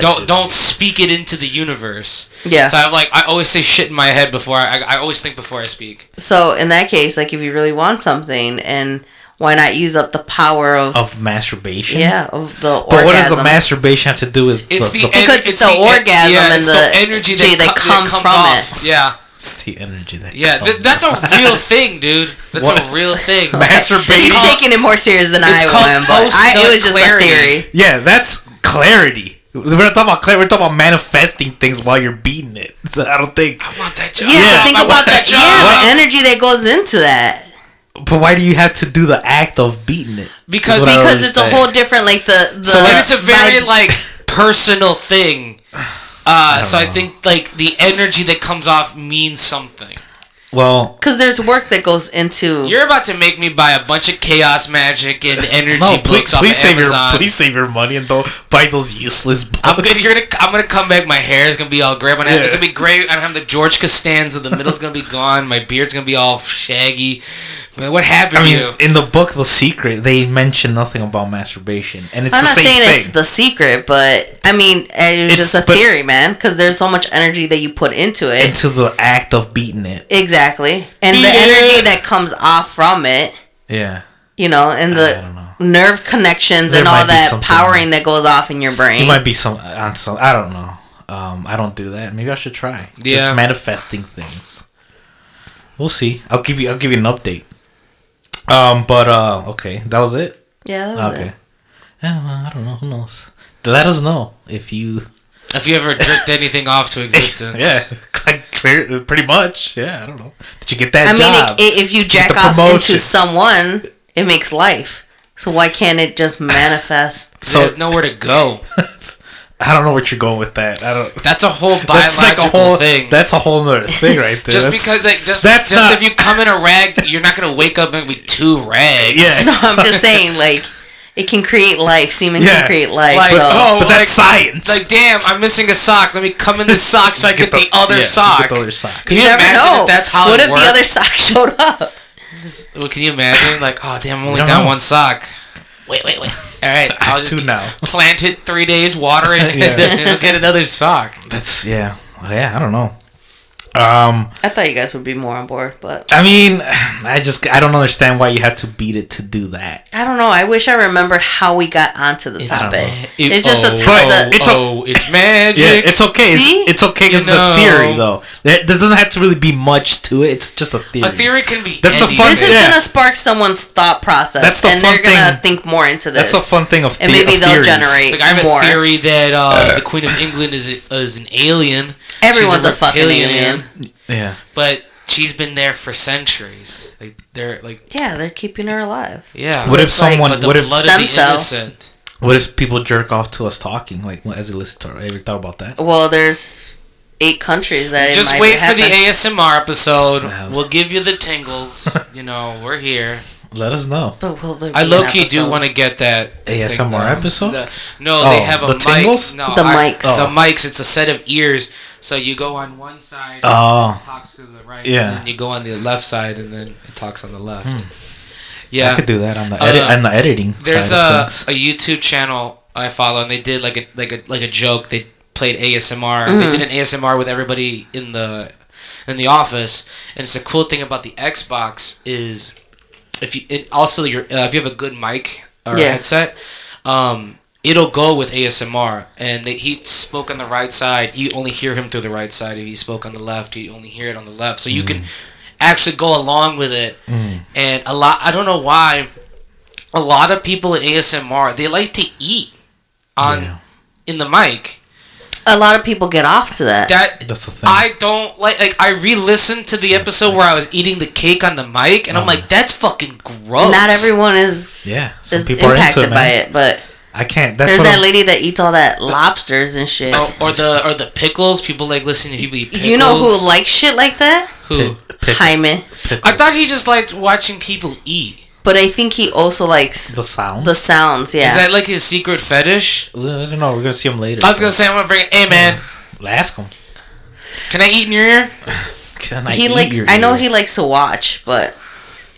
don't don't speak it into the universe.
Yeah.
So I'm like, I always say shit in my head before I, I always think before I speak.
So in that case, like if you really want something, and why not use up the power of,
of masturbation.
yeah of the orgasm?
Oh, But what does the masturbation have to do with
It's the,
the,
en-
Because
it's
the orgasm and
it's
the
energy
gee,
that,
that
co-
comes
that comes
from
off. Yeah,
it's the energy that
yeah.
comes
Th- that's
out.
a real thing, dude. That's
Oh, What?
a real thing.
masturbation.
He's taking it more serious than I
It's called
am, but I, it
post-nut
was just
clarity.
a theory.
yeah, that's clarity. We're not talking about clarity. We're talking about manifesting things while you're beating it. So I don't think.
I want that job.
Yeah,
Yeah,
think
I
about
want
that.
job.
Yeah, the energy that goes into that.
But why do you have to do the act of beating it?
Because-
Is what I don't
because it's a
understand.
whole different like the the
so it's a very
vib-
like personal thing. Uh, so I
know.
think like the energy that comes off means something.
Well,
because there's work that goes into
You're about to make me buy a bunch of chaos magic and energy
no.
books
Please,
off
please
of
save your
Amazon.
please save your money and don't buy those useless books.
I'm gonna, you're gonna, I'm gonna come back. My hair is gonna be all gray. I'm gonna have, It's
Yeah.
gonna be gray. I'm gonna have the George Costanza. The middle's gonna be gone. My beard's gonna be all shaggy. Man, what happened
I mean,
to you?
in the book The Secret, they mention nothing about masturbation, and it's
I'm
the
not
same
saying
thing.
it's the secret, but I mean it was
It's-
just a
but-
theory, man. Because there's so much energy that you put into it.
into the act of beating it.
exactly, and the
Yeah.
energy that comes off from it,
Yeah.
you know, and
I don't know.
the nerve connections
There
and
might
all
be
that
something.
powering that goes off in your
It
brain.
might be some on some. I don't know. Um, I don't do that. Maybe I should try.
Yeah.
Just manifesting things. We'll see. I'll give you. I'll give you an update. Um, but uh, okay, that was it.
yeah. That was
Okay.
it.
Yeah, well, I don't know. Who knows? Let us know if you.
If you ever jerked anything off to existence,
Yeah, like clear, pretty much. Yeah, I don't know. Did you get that
I mean,
job?
it, it, if you jack
the
off
promotion.
into someone, it makes life. So why can't it just manifest?
so
so
it has nowhere to go.
I don't know what you're going with that. I don't.
That's a whole biological
That's like a whole
thing.
That's a whole other thing right there.
just
That's-
because, like, just
that's
just
not-
if you come in a rag, you're not gonna wake up and be two rags.
Yeah.
No, I'm just saying, like, it can create life. Semen
Yeah.
can create life.
Like,
so.
oh,
uh, but that's
like-
science.
Like, damn, I'm missing a sock. Let me come in the sock so I get, the, other
yeah,
sock.
Get the other sock.
Can
you,
you,
never
imagine
know.
if that's how
what
it
if
worked?
the other sock showed up?
Well, can you imagine? Like, oh damn, I'm only
don't
down
know.
one sock. Wait, wait, wait. All right, I'll just
two now.
plant it three days, water it, and
Yeah.
then we'll get another sock.
That's yeah, yeah. I don't know. Um,
I thought you guys would be more on board, but
I mean, I just I don't understand why you had to beat it to do that.
I don't know. I wish I remember how we got onto the topic. it's just the,
oh,
t-
oh,
the
it's a-
oh, it's magic.
Yeah, it's okay.
See?
It's, it's okay 'cause
You know.
it's a theory though. There, there doesn't have to really be much to it. It's just a theory.
a theory can be.
That's the
any-
fun-
this is
yeah.
gonna spark someone's thought process,
That's the
and they're
fun
gonna
thing.
think more into this.
That's the fun thing of,
And
the-
maybe
of
they'll
theories.
generate-
Like I have
More.
a theory that uh, the Queen of England is is an alien. She's
Everyone's a fucking
reptilian,
alien.
Yeah,
but she's been there for centuries. Like they're like
Yeah, they're keeping her alive.
yeah.
What if
It's like,
someone-
but the
what if-
blood
Stem
of the
cell.
innocent?
what if people jerk off to us talking? Like well, as you listen to, her, ever thought about that?
Well, there's eight countries that it
Just
might
wait for
happen.
the ASMR episode.
Wow.
We'll give you the tingles. you know, we're here.
Let us know.
But will there
I
be an
low key do
episode?
want to get that
ASMR
thing, um,
episode?
the- no,
Oh,
they have a
the
mic.
tingles?
No,
The
I-
mics.
The mics. It's a set of ears. So you go on one side.
Oh.
it talks to the right.
Yeah.
And then you go on the left side, and then it talks on the left.
I
Yeah.
could do that on the edit
Uh,
on the editing
There's a,
side of things.
a YouTube channel I follow, and they did like a like a like a joke. They played ASMR. They did an ASMR with everybody in the in the office, and it's a cool thing about the Xbox is if you it also your uh, if you have a good mic or
Yeah.
headset, um, it'll go with ASMR. And they, he spoke on the right side, you only hear him through the right side. If he spoke on the left, you only hear it on the left. So you
Hmm.
can actually go along with it. And a lot, I don't know why, a lot of people in ASMR they like to eat on
Yeah.
in the mic.
A lot of people get off to that.
That
That's the thing.
I don't like. Like I re-listened to the episode where I was eating the cake on the mic, and I'm like, that's fucking gross.
Not everyone is
Oh. Yeah, some
is
people are into it,
impacted by
man.
it, but
I can't. That's
there's
what
that
I'm-
lady that eats all that lobsters and shit.
Oh, or the or the pickles. People like listening to people eat pickles.
You know who likes shit like that?
Who?
Pick- pick-
Hyman.
I thought he just liked watching people eat.
But I think he also likes
the
the,
sound.
sounds. Yeah.
Is that like his secret fetish?
I don't know. We're gonna see him later.
I was gonna say I'm gonna bring. Hey man,
We'll ask him.
can I eat in your ear?
Can I
he
eat
likes.
your
I know
ear?
he likes to watch, but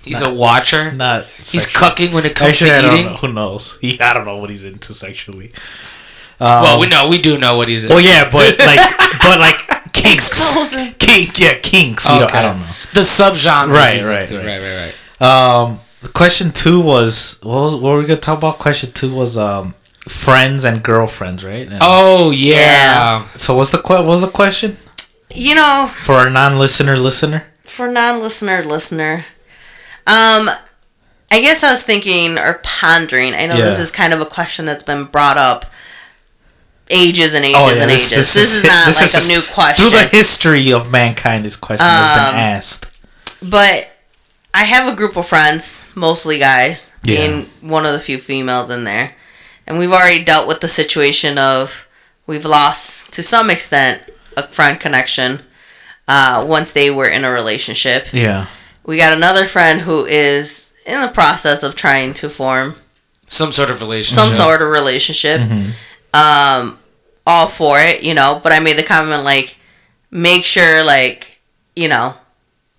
He's a watcher.
not.
He's
sexual.
cucking when it comes
Actually, I
to
don't
eating.
know. Who knows? He, I don't know what he's into sexually. Um,
well, we know we do know what he's.
Well, yeah, but like, but like kinks,
Closing.
kink, yeah, kinks. We don't, I don't know.
The subgenre.
Right,
he's
right,
into.
right.
right, right, right.
Um, the question two was what, was, what were we gonna talk about? Question two was um, friends and girlfriends, right? And-
Oh yeah.
so what's the que- what was the question
You know,
for our non-listener listener?
for non-listener listener um i guess i was thinking or pondering i know this
Yeah.
is kind of a question that's been brought up ages and ages and
Oh, this-
ages this, is,
hi-
not
this
like
is-
a new question Um,
Through the history of mankind, this question has been asked.
but i have a group of friends mostly guys
Yeah.
being one of the few females in there and we've already dealt with the situation of we've lost to some extent a friend connection uh, once they were in a relationship
Yeah,
We got another friend who is in the process of trying to form
Some sort of relationship.
some sort of relationship.
Mm-hmm.
Um, all for it, you know. But I made the comment like, make sure like, you know,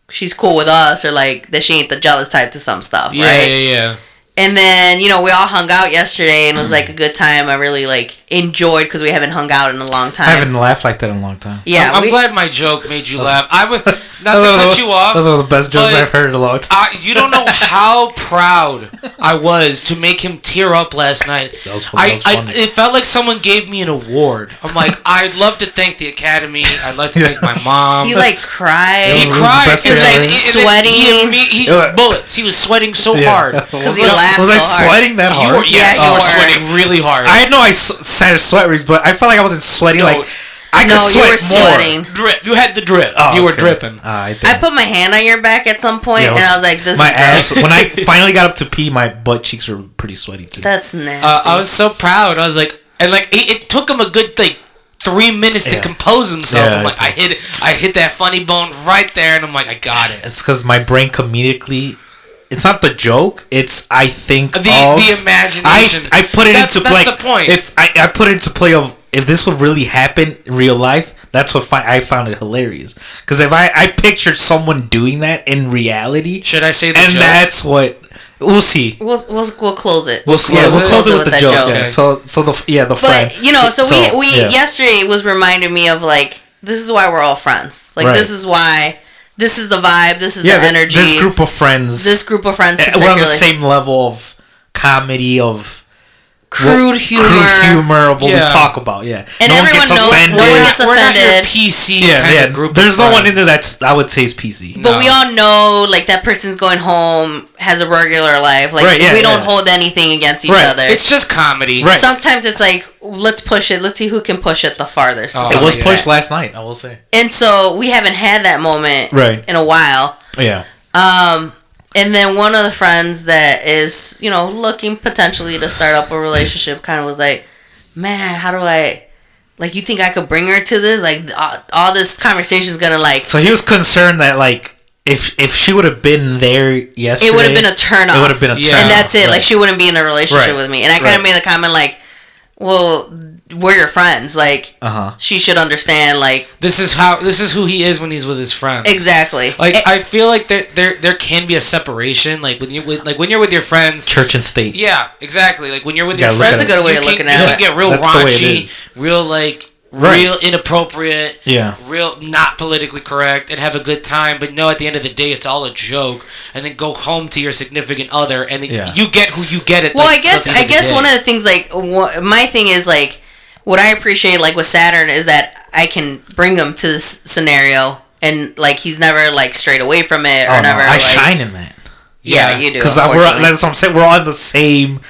she's cool with us or like that she ain't the jealous type to some stuff,
Yeah,
right?
yeah, yeah.
And then, you know, we all hung out yesterday and it was like a good time. I really like enjoyed because we haven't hung out in a long time.
I haven't laughed like that in a long time.
yeah,
I'm, I'm
we-
glad my joke made you laugh. I would not to
Those are
cut
the-
you off.
Those are the best jokes
but-
I've heard in a long time.
I, you don't know how proud I was to make him tear up last night.
That was- that
I,
was
I,
funny.
it felt like someone gave me an award. I'm like, I'd love to thank the Academy. I'd like to thank my mom.
he like cried.
It
He
was the
cried
best
because
thing
I
ever.
didn't even-
Sweating.
He, imme- he-
It was-
bullets. He was sweating so hard. You
Because he
Was I-
laughed
Was
so
I
hard.
sweating that hard? Oh,
were, yes,
Yeah,
you were
you were.
sweating really hard.
I know I s- said sweat rings, but I felt like I wasn't sweating.
No.
Like I could
No, you
sweat
were
more.
sweating.
drip. You had the drip.
Oh,
you were
okay.
dripping.
Ah, I,
I
didn't.
put my hand on your back at some point,
Yeah, it
and I was like, "This
my
is gross.
ass. when I finally got up to pee, my butt cheeks were pretty sweaty too.
That's nasty."
Uh, I was so proud. I was like, and like it, it took him a good like three minutes to
Yeah.
compose himself.
Yeah,
I'm
it
like, I hit, it- I hit that funny bone right there, and I'm like, I got it.
it's because my brain comedically. It's not the joke. It's I think
The-
of,
the imagination.
Oh, I, I put it
That's-
into
that's
play.
the point.
If I, I put it into play of if this would really happen in real life, that's what fi- I found it hilarious. Because if I I pictured someone doing that in reality,
Should I say the
and
joke?
that's what we'll see.
we'll, we'll we'll close it.
We'll, yeah,
close
we'll
it.
close it with, the
that
joke.
joke.
Yeah.
Okay.
So so the yeah the friend.
But you know, so,
So,
we we
yeah.
yesterday was reminding me of like this is why we're all friends. Like
Right.
this is why this is the vibe. This is
yeah
the
th-
energy.
This group of friends.
This group of friends,
eh, we're on
particularly
the same level of comedy of
crude
what-
humor.
crude humor of what
Yeah.
we talk about. Yeah,
And everyone knows- no one gets
we're not your
offended.
PC
yeah,
kind
yeah.
of group. of
There's no one in there
friends.
that's I would say is PC.
But we
No.
all know, like that person's going home, has a regular life. Like
Right, yeah,
we don't
yeah.
hold anything against each
Right.
other.
It's just comedy.
Right.
Sometimes it's like, let's push it. Let's see who can push it the farthest.
Oh,
It was
yeah.
pushed last night. I will say.
and so we haven't had that moment
Right.
in a while.
Yeah.
Um, and then one of the friends that is, you know, looking potentially to start up a relationship kind of was like, man, how do I, like, you think I could bring her to this? Like, all, all this conversation is going to, like,
So he was concerned that like if if she would have been there yesterday,
it would have been a turn off.
It would have been a
Yeah.
turn.
and that's it.
Right.
Like, she wouldn't be in a relationship
Right.
with me. And I kind
Right.
of made the comment, like, well, we're your friends. Like,
Uh-huh.
she should understand, like,
This is how. This is who he is when he's with his friends.
exactly.
Like
A-
I feel like there there there can be a separation. Like when you with, like when you're with your friends.
church and state.
Yeah, exactly. Like when you're with
You
your
gotta look
friends,
That's
a good way
you
of
can-
looking at
you
it.
can get real
That's the way it is.
raunchy, real like
Right.
real inappropriate,
Yeah.
real not politically correct, and have a good time. But no, at the end of the day, it's all a joke. And then go home to your significant other, and then
Yeah.
you get who you get at.
Well,
like,
I guess
the end
I
the
guess
day.
one of the things like wha- my thing is like what I appreciate like with Saturn is that I can bring him to this scenario and like he's never like straight away from it or
Oh, no,
never.
I
like-
shine in that.
Yeah,
Yeah,
you do.
because we're
unfortunately.
that's what I'm saying. We're on the same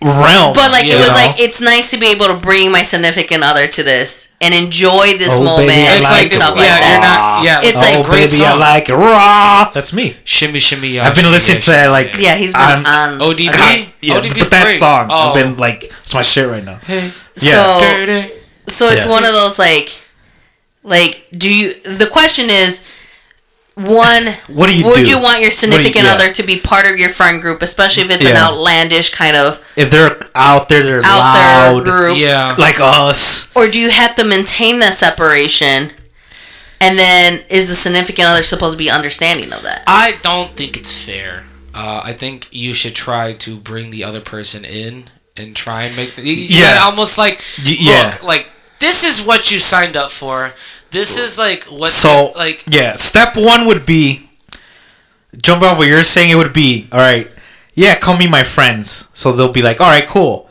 realm.
but like
you
it was
know.
like it's nice to be able to bring my significant other to this and enjoy this
Oh,
moment.
baby, I
it's
and
like, this.
stuff like
yeah,
that.
you're not. Yeah,
It's
it's
like-
like
oh,
great
baby, I
song.
like it raw. That's me.
shimmy shimmy. ya,
I've been
shimmy,
listening
ya,
to that,
shimmy,
like,
ya.
yeah, he's been
I'm-
on
ODB.
Okay.
Yeah,
ODB's
but that
great.
song
Oh.
I've been like it's my shit right now.
Hey,
So
dirty.
So it's
Yeah.
one of those like, like, do you? The question is, one,
What do you do?
would you want your
do you-
significant
yeah.
other to be part of your friend group, especially if it's an
Yeah.
outlandish kind of
If they're out there, they're
out
loud,
there group,
yeah.
like us.
or do you have to maintain that separation? And then is the significant other supposed to be understanding of that?
I don't think it's fair. Uh, I think you should try to bring the other person in and try and make. The, you,
Yeah.
yeah, almost like
Y- yeah.
look like this is what you signed up for. This is like what
So
you- like
yeah, step one would be jump off what you're saying. It would be all right. Yeah, call me my friends. So they'll be like, all right, cool.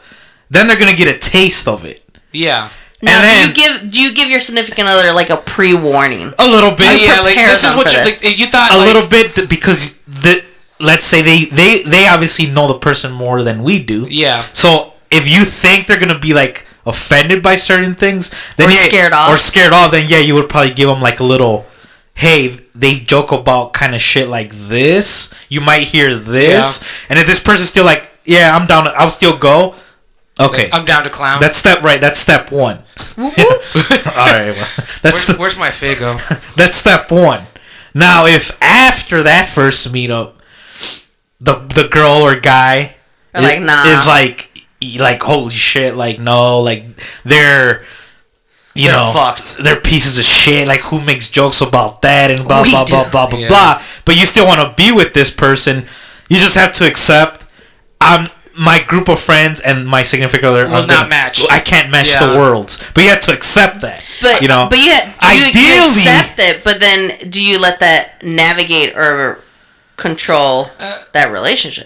Then they're gonna get a taste of it.
yeah.
Now,
and then
do you give do you give your significant other like a pre warning?
a little bit,
Uh, yeah, like
prepare
this is
them
what
for
you
this.
like, you thought
a
like,
little bit, th- because the let's say they they they obviously know the person more than we do.
Yeah.
So if you think they're gonna be like offended by certain things, then
Or
yeah,
scared off.
or scared off, then yeah, you would probably give them like a little. Hey, they joke about kind of shit like this. You might hear this, and if this person's still like, "Yeah, I'm down. I'll still go." Okay,
I'm down to clown.
that's step right. That's step one.
Whoop, whoop.
All right, well, that's
Where,
the,
where's my figo?
that's step one. Now, if after that first meetup, the the girl or guy
Or like,
i-
nah.
is like y- like holy shit, like no, like they're you
They're
know
fucked.
they're pieces of shit. Like who makes jokes about that and blah
We
blah
do.
blah blah blah
Yeah.
blah. But you still want to be with this person. You just have to accept. I'm my group of friends and my significant other
Will
are
not
gonna-
match.
I can't match
Yeah.
the worlds, but you have to accept that.
But
you know,
but you, had, you, you
ideally-
accept it, but then do you let that navigate or control that relationship?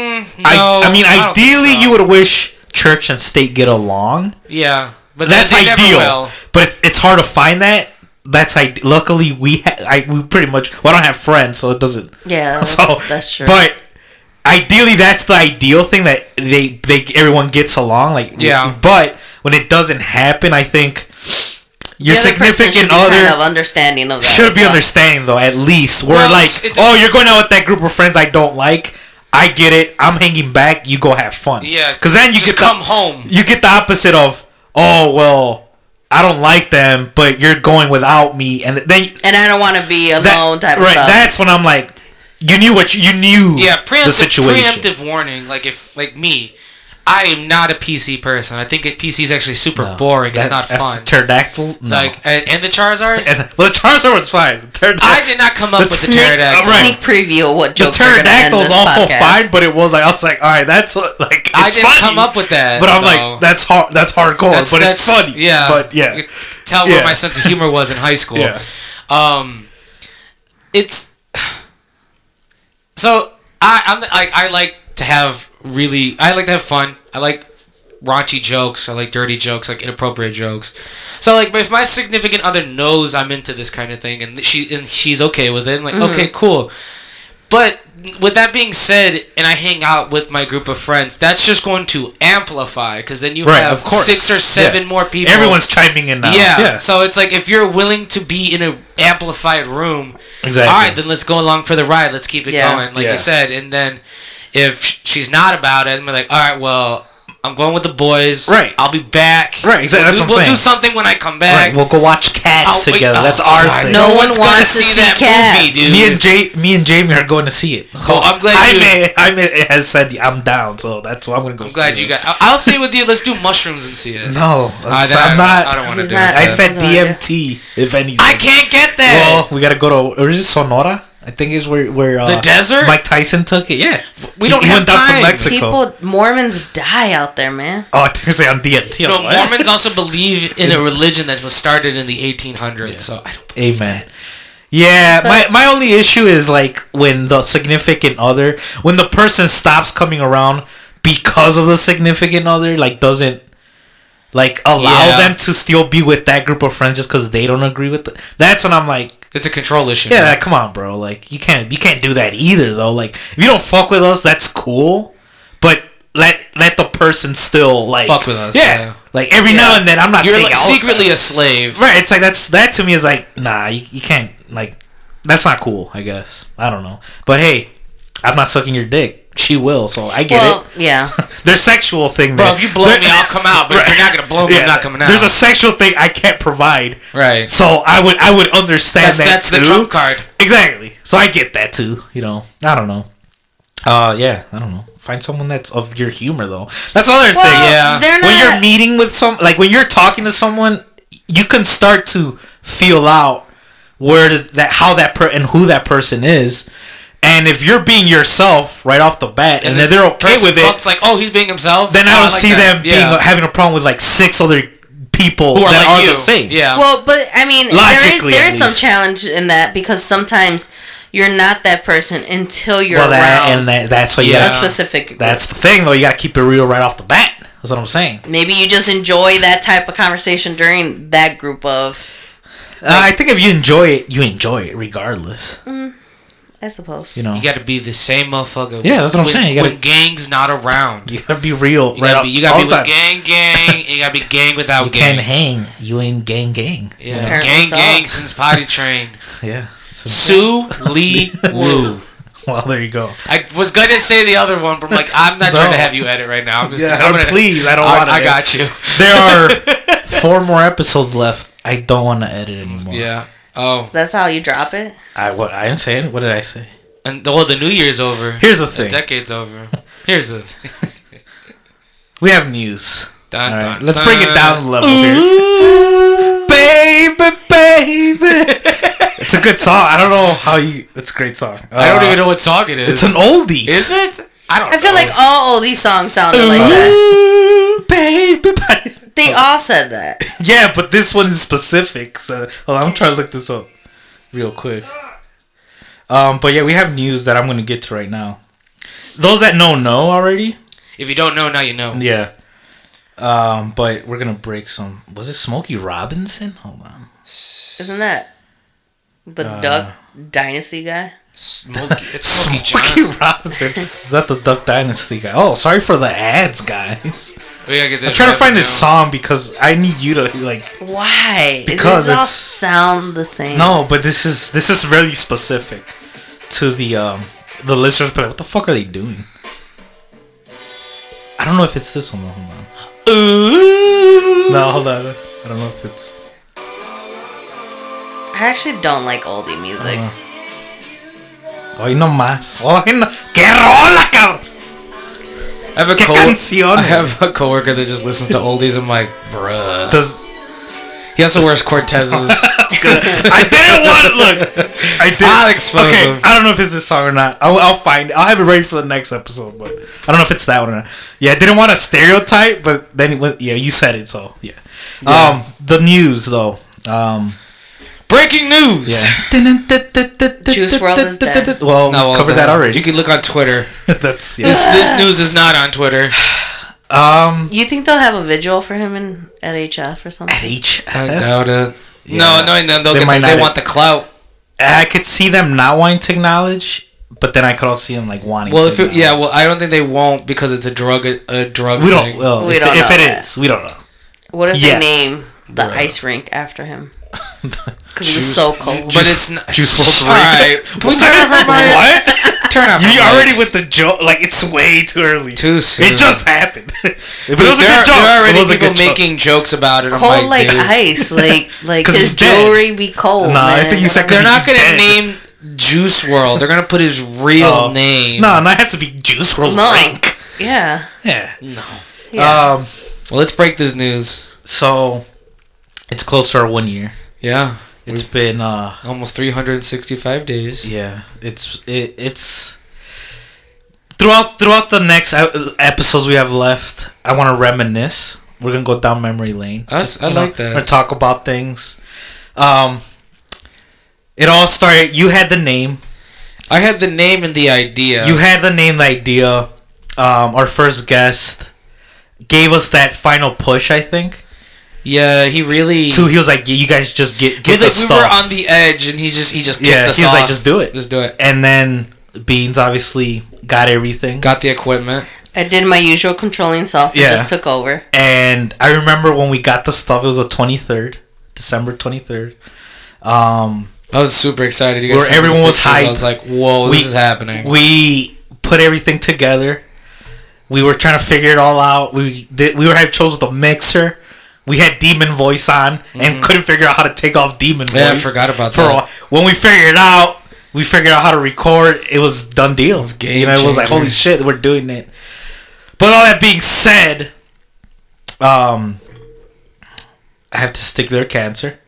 I, I mean,
don't think
ideally,
so.
you would wish church and state get along.
Yeah, but
That's
they, they
ideal,
Never will.
but it's, it's hard to find that. That's I. Luckily, we ha- I we pretty much. Well, I don't have friends, so it doesn't.
Yeah, that's,
so
that's true.
But ideally, that's the ideal thing that they they everyone gets along. Like
Yeah.
But when it doesn't happen, I think your
the other person should
significant
be
other
kind of understanding of that.
should
as
be
well.
understanding though at least we're
Well,
like
it's- it-
oh you're going out with that group of friends i don't like i get it i'm hanging back you go have fun
Yeah,
because then you
just
get
come
the,
home.
you get the opposite of oh well i don't like them but you're going without me and then
And I don't want to be alone.
that,
type of
right
stuff.
that's when i'm like you knew what you, you knew
Yeah, preemptive,
the situation
preemptive warning. Like if like me, I am not a PC person. I think a PC is actually super
No.
boring. It's
That-
not
that's
fun.
pterodactyl no.
Like and, and the Charizard.
and well, the Charizard was fine. Pterodactyl,
I did not come up
Let's
with the
sneak-
Pterodactyl.
Right.
Sneak preview of what
the
jokes are going to end
pterodactyl
this
was also
podcast.
fine, but it was like I was like, all right, that's uh, like
I
it's
didn't
funny.
come up with that.
But I'm
though.
like, that's hard. That's hardcore.
That's-
but it's
that's-
funny.
Yeah,
But yeah,
You could tell
Yeah.
where my sense of humor was in high school.
Yeah.
Um, it's so I I'm like I like to have really I like to have fun. I like raunchy jokes. I like dirty jokes, like inappropriate jokes. So like, if my significant other knows I'm into this kind of thing and she and she's okay with it, I'm like, okay, cool. But with that being said, and I hang out with my group of friends, that's just going to amplify because then you
Right,
have
of course.
six or seven
Yeah.
more people.
everyone's chiming in now.
yeah. Uh, So it's like if you're willing to be in an amplified room,
Exactly.
All right, then let's go along for the ride. Let's keep it
Yeah.
going, like
Yeah.
you said. And then if she's not about it, I'm like, all right, well, I'm going with the boys.
Right.
I'll be back.
Right, exactly,
We'll,
that's what
do,
I'm
we'll do
saying.
something when I come
Right,
back.
we'll go watch
I'll
Cats
wait-
together.
oh,
That's our
God,
thing.
No one
one's gonna
wants to see Cats.
movie, dude.
Me and Jay, me and Jamie are going to see it. So
Well, I'm glad
I
you-
may, I may has said I'm down, so that's why I'm gonna go.
I'm glad you got. I- I'll stay with you. Let's do mushrooms and see it.
No,
I,
that's-
I-
I'm not.
I don't want to
He's
do
not-
that.
I said
That's what I do.
DMT. If anything,
I can't get that.
Well, we gotta go to. Or is it Sonora? I think is where where uh,
The desert?
Mike Tyson took it. Yeah,
We
He-
don't
he
have
went down to
time.
Mexico.
People, Mormons die out there, man.
Oh, I think I say on DMT. I'm
no,
like,
Mormons also believe in a religion that was started in the 1800s. So I don't.
Amen. Yeah, my, my only issue is like when the significant other, when the person stops coming around because of the significant other, like doesn't like allow
Yeah.
them to still be with that group of friends just because they don't agree with it. That's when I'm like,
It's a control issue.
yeah, come on, bro. Like you can't you can't do that either though. Like if you don't fuck with us, that's cool, but let let the person still like
Fuck with us, yeah.
Like every now and then, I'm not
you're
saying
like
all the time.
secretly a slave.
Right, it's like that's that to me is like nah, you, you can't like that's not cool. I guess I don't know, but hey, I'm not sucking your dick. She will, so I get
Well,
it.
yeah.
There's sexual thing,
Bro,
there.
if you blow
There-
me, I'll come out. But if
Right.
you're not gonna blow me, I'm not coming out.
There's a sexual thing I can't provide,
right.
so I would I would understand
That's
that
that's the
too.
trump card.
Exactly, so I get that too. You know, I don't know. Uh, yeah, I don't know. Find someone that's of your humor though. That's the other thing.
Well,
yeah.
they're
when you're
not.
meeting with some like when you're talking to someone you can start to feel out where that how that per and who that person is And if you're being yourself right off the bat, and,
this
then they're okay
person
with it,
fucks like, oh, he's being himself.
then I
Oh,
don't see
okay.
them being
Yeah.
having a problem with like six other people
who are
that
like
are
you.
the same.
Yeah.
Well, but I mean, there is
Logically,
there
at
is some
least.
challenge in that because sometimes you're not that person until you're
Well, that,
around
and that, that's what you.
Yeah.
a
Gotta,
specific group.
that's the thing, though. You gotta keep it real right off the bat. That's what I'm saying.
Maybe you just enjoy that type of conversation during that group of.
Uh, I think if you enjoy it, you enjoy it regardless.
I suppose.
You know,
you got to be the same motherfucker.
Yeah, that's what I'm
when-
saying. You gotta-
when gang's not around, you
you gotta be real right
gotta
off
be, you gotta
all the
be with
time.
gang, gang. and you gotta be gang without
You
gang.
can hang. You ain't gang gang. you
yeah,
Apparently
gang,
so.
gang since potty train.
know? yeah. So,
Sue Lee Wu.
well, there you go.
I was gonna say the other one, but I'm like, I'm not trying to
No.
have you edit right now. I'm just,
Yeah,
I'm gonna,
please, I don't
I,
want to.
I got you.
There are four more episodes left. I don't want to edit anymore.
Yeah. Oh,
That's how you drop it.
I what I didn't say it. What did I say?
and the, well, the New Year's over.
Here's the thing.
decade's over. Here's the.
We have news.
Dun,
All
dun,
right, let's bring it down a
dun.
level here. Baby, baby. it's a good song. I don't know how you. It's a great song.
I don't
Uh,
even know what song it is.
It's an oldies.
is it? I don't.
I feel
Oh.
know.
like all oldies songs sounded like
Uh-huh.
that.
Ooh, baby, baby.
They all said that.
Yeah, but this one is specific. So hold on, I'm trying to look this up real quick. Um, but yeah, we have news that I'm gonna get to right now. Those that know know already.
if you don't know now, you know.
Yeah. Um, but we're gonna break some. Was it Smokey Robinson? Hold on.
Isn't that the
Uh,
Duck Dynasty guy?
Smokey, it's Smokey
Smokey
Johnson.
Robinson. Is that the Duck Dynasty guy? Oh, sorry for the ads, guys.
We gotta get this.
I'm trying to
right
find
now.
this song because I need you to like.
Why?
Because
Because it all
it's-
sound the same.
No, but this is this is really specific to the um the listeners. But what the fuck are they doing? I don't know if it's this one. Though. Hold on.
Ooh.
No, hold on. I don't know if it's.
I actually don't like oldie music.
Uh-huh. Hoy oh, no más. Hoy no. ¡Qué rola, cabrón!
I have a
¿Qué canción?
I have a coworker that just listens to oldies. I'm like, bruh.
Does
He also wears Cortezes.
I didn't want look. I did.
I'll expose
okay,
him.
I don't know if it's this song or not. I'll, I'll find. I'll have it ready for the next episode, but I don't know if it's that one or not. Yeah, I didn't want to stereotype, but then it went, yeah, you said it, so yeah. Um, the news though. Um,
Breaking news.
Juice WRLD is dead.
Well,
No,
we covered
uh,
that already.
You can look on Twitter.
That's
This,
yeah.
this news is not on Twitter.
Um,
You think they'll have a vigil for him in at HF or something?
at HF.
I doubt it.
Yeah.
No, no, no. They'll
They
get
might
the, they
not-
want the clout.
I could see them not wanting to acknowledge, but then I could also see them like wanting.
Well,
to
if it, yeah,
acknowledge.
well, I don't think they won't because it's a drug a drug.
we
thing.
don't. Well,
We
if,
don't
if
know
it
that.
is, we don't know.
What if
Yeah.
they name the
Bruh.
ice rink after him? Because he's so cold.
but it's not.
Juice WRLD.
All right, Can we turn off our mic?
What?
Turn off.
You
our mic.
already with the joke? Like it's way too early.
too soon.
It just happened. if it
Dude,
was a good
there, are-
joke.
there are
it
already
was a
people
good joke.
making jokes about it. I'm
cold like,
like, dude,
ice. Like like
'Cause
his
he's dead.
jewelry be cold.
Nah, I
man.
think you said 'cause
They're
he's
not
dead.
gonna name Juice World. They're gonna put his real
Oh.
name.
No, no, it has to be Juice World
No.
Rank.
Yeah.
Yeah.
Yeah.
Um.
Well, let's break this news.
So it's close to our one year.
Yeah,
It's been. uh
almost 365 days.
Yeah. It's it, it's. Throughout throughout the next e- episodes we have left, I want to reminisce. We're gonna go down memory lane.
I- I
you know,
like that.
We're gonna talk about things. Um, it all started. You had the name.
I had the name and the idea.
You had the name, the idea. Um, our first guest gave us that final push. I think.
yeah, he really.
Too. He was like, "You guys just get
we,
get the
like, we were
stuff."
on the edge, and he just he just kicked
yeah,
us
he was like,
off.
"Just do it."
Just do it.
And then Beans obviously got everything.
Got the equipment.
I did my usual controlling self and
Yeah.
just took over.
and I remember when we got the stuff. It was the twenty third, December twenty third. Um,
I was super excited. You guys
Where
sent me
everyone was
pictures. I
hyped.
was like, "Whoa,
We-
this is happening."
we put everything together. We were trying to figure it all out. We did, we were had chose the mixer. We had Demon Voice on and couldn't figure out how to take off Demon Voice.
Mm-hmm. Yeah, I forgot about
for
that.
a while. When we figured it out, we figured out how to record. It was done deal.
game
you know, it was like
changer.
holy shit, we're doing it. But all that being said, um, I have testicular cancer.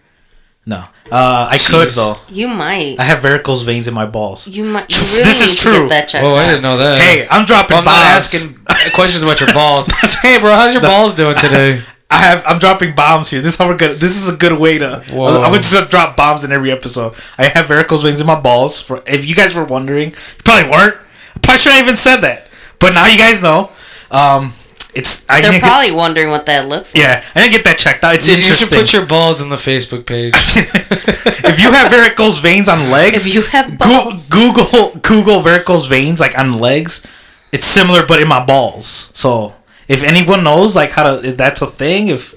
No, uh, I could
Jeez.
though.
You might.
I have varicose veins in my balls.
You might. You
This
do
is
need
true.
to get that checked.
Oh, I didn't know that.
Hey, I'm dropping
I'm not
bombs.
asking questions about your balls. hey, bro, how's your balls doing today?
I have. I'm dropping bombs here. This is how we're good. This is a good way to.
Whoa.
I would just drop bombs in every episode. I have varicose veins in my balls. For if you guys were wondering, you probably weren't. Probably should have even said that. But now you guys know. Um, it's I
They're
didn't
probably wondering what that looks
get,
like.
yeah. I didn't get that checked out. It's
You should
interesting.
put your balls in the Facebook page.
if you have varicose veins on legs,
If you have
Go-
balls.
Google Google varicose veins like on legs. It's similar, but in my balls. So if anyone knows like how to, if that's a thing, if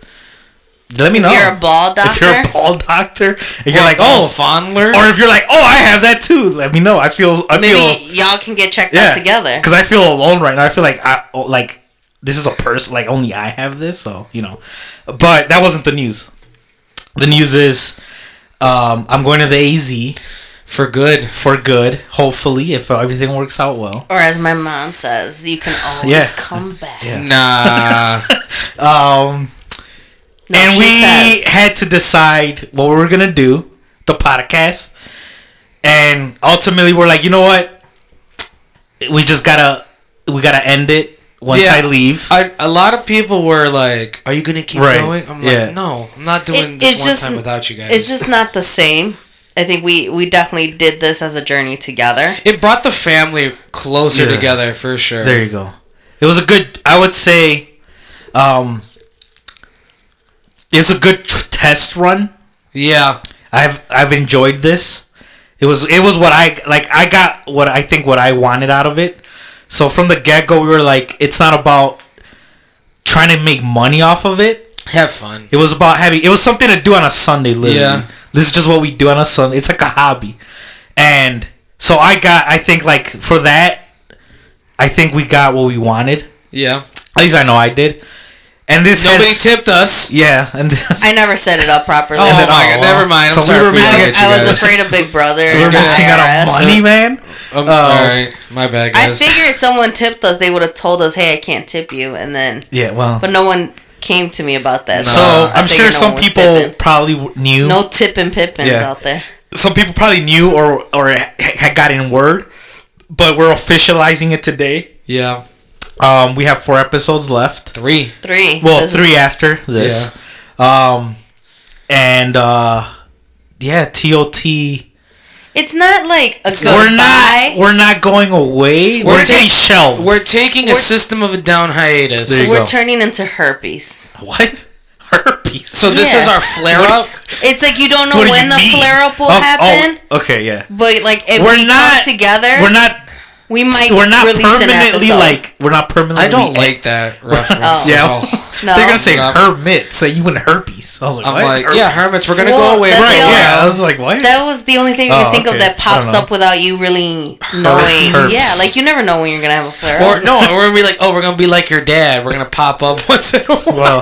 let me know.
You're a ball
If you're a
doctor?
ball doctor, and you're like,
Ball
oh,
fondler.
or if you're like, oh, I have that too. Let me know. I feel, I
Maybe
feel,
y'all can get checked
yeah,
out together.
Because I feel alone right now. I feel like I oh, like this is a person like only I have this. So you know, but that wasn't the news. The news is. Um, I'm going to the AZ
for good.
for good, hopefully, if everything works out well.
Or as my mom says, you can always
Yeah.
come back.
Yeah.
Nah.
Um,
No,
and
she
we
says.
had to decide what we were gonna do, the podcast, and ultimately we're like, you know what? We just gotta, we gotta end it once
Yeah.
I leave.
I, a lot of people were like, "Are you gonna keep
Right.
going?" I'm
Yeah.
like, "No, I'm not doing
It-
this
it's
one
just-
time without you guys."
It's just not the same. I think we we definitely did this as a journey together.
it brought the family closer
Yeah.
together for sure.
There you go. It was a good. I would say, um, it was a good t- test run.
Yeah,
I've I've enjoyed this. It was it was what I like. I got what I think what I wanted out of it. So from the get go, we were like, it's not about trying to make money off of it.
have fun.
It was about having. It was something to do on a Sunday. Literally,
Yeah.
this is just what we do on a Sunday. It's like a hobby, and so I got. I think like for that, I think we got what we wanted.
Yeah,
At least I know I did. And this
nobody
has-
tipped us.
Yeah, and this.
I never set it up properly.
Oh my
then-
god,
oh,
never
well.
mind.
So
I'm sorry
we
we
were missing
I,
appreciate
it,
you
I was
guys.
afraid of Big Brother
we
and
we're
the
missing out on
IRS.
money, man.
Um,
uh,
all right, my bad,
I
guys.
figured if someone tipped us, they would have told us, "Hey, I can't tip you," and then
Yeah, well,
but no one came to me about that.
So
I
I'm
think
sure
everyone
some
was
people
tipping.
probably w- knew.
no tipping pippins
Yeah.
out there.
Some people probably knew or or ha- had gotten word, but we're officializing it today.
yeah,
Um, we have four episodes left.
three.
Three.
Well,
This is-
three after this. Um, and uh, yeah, TOT.
It's not like a goodbye.
We're not we're not going away. We're,
ta-
getting shelved.
We're taking a system of a down hiatus.
There you
We're
go.
turning into herpes.
what? Herpes.
So this
Yeah.
is our flare up.
It's like you don't know
What do
when
you
the
mean?
flare up will
Oh, oh,
happen,
okay, yeah.
but like if
We're
we
not-
come together,
We're not
we might
we're not
release an
permanently
episode.
like we're not permanently
I don't like that reference.
Yeah.
at all.
no.
They're gonna say
Stop.
hermit, so you went herpes. I was like,
I'm
what?
like, yeah, hermits, we're gonna
Well,
go away.
that's
for a
Right,
Yeah.
yeah.
while.
I was like, what?
that was the only thing I
Oh,
could think
okay.
of
I
that
don't
pops
know.
up without you really knowing.
herpes.
Yeah, like you never know when you're gonna have a flare up.
Or no, we're gonna be like, oh, we're gonna be like your dad. We're gonna pop up once in a while.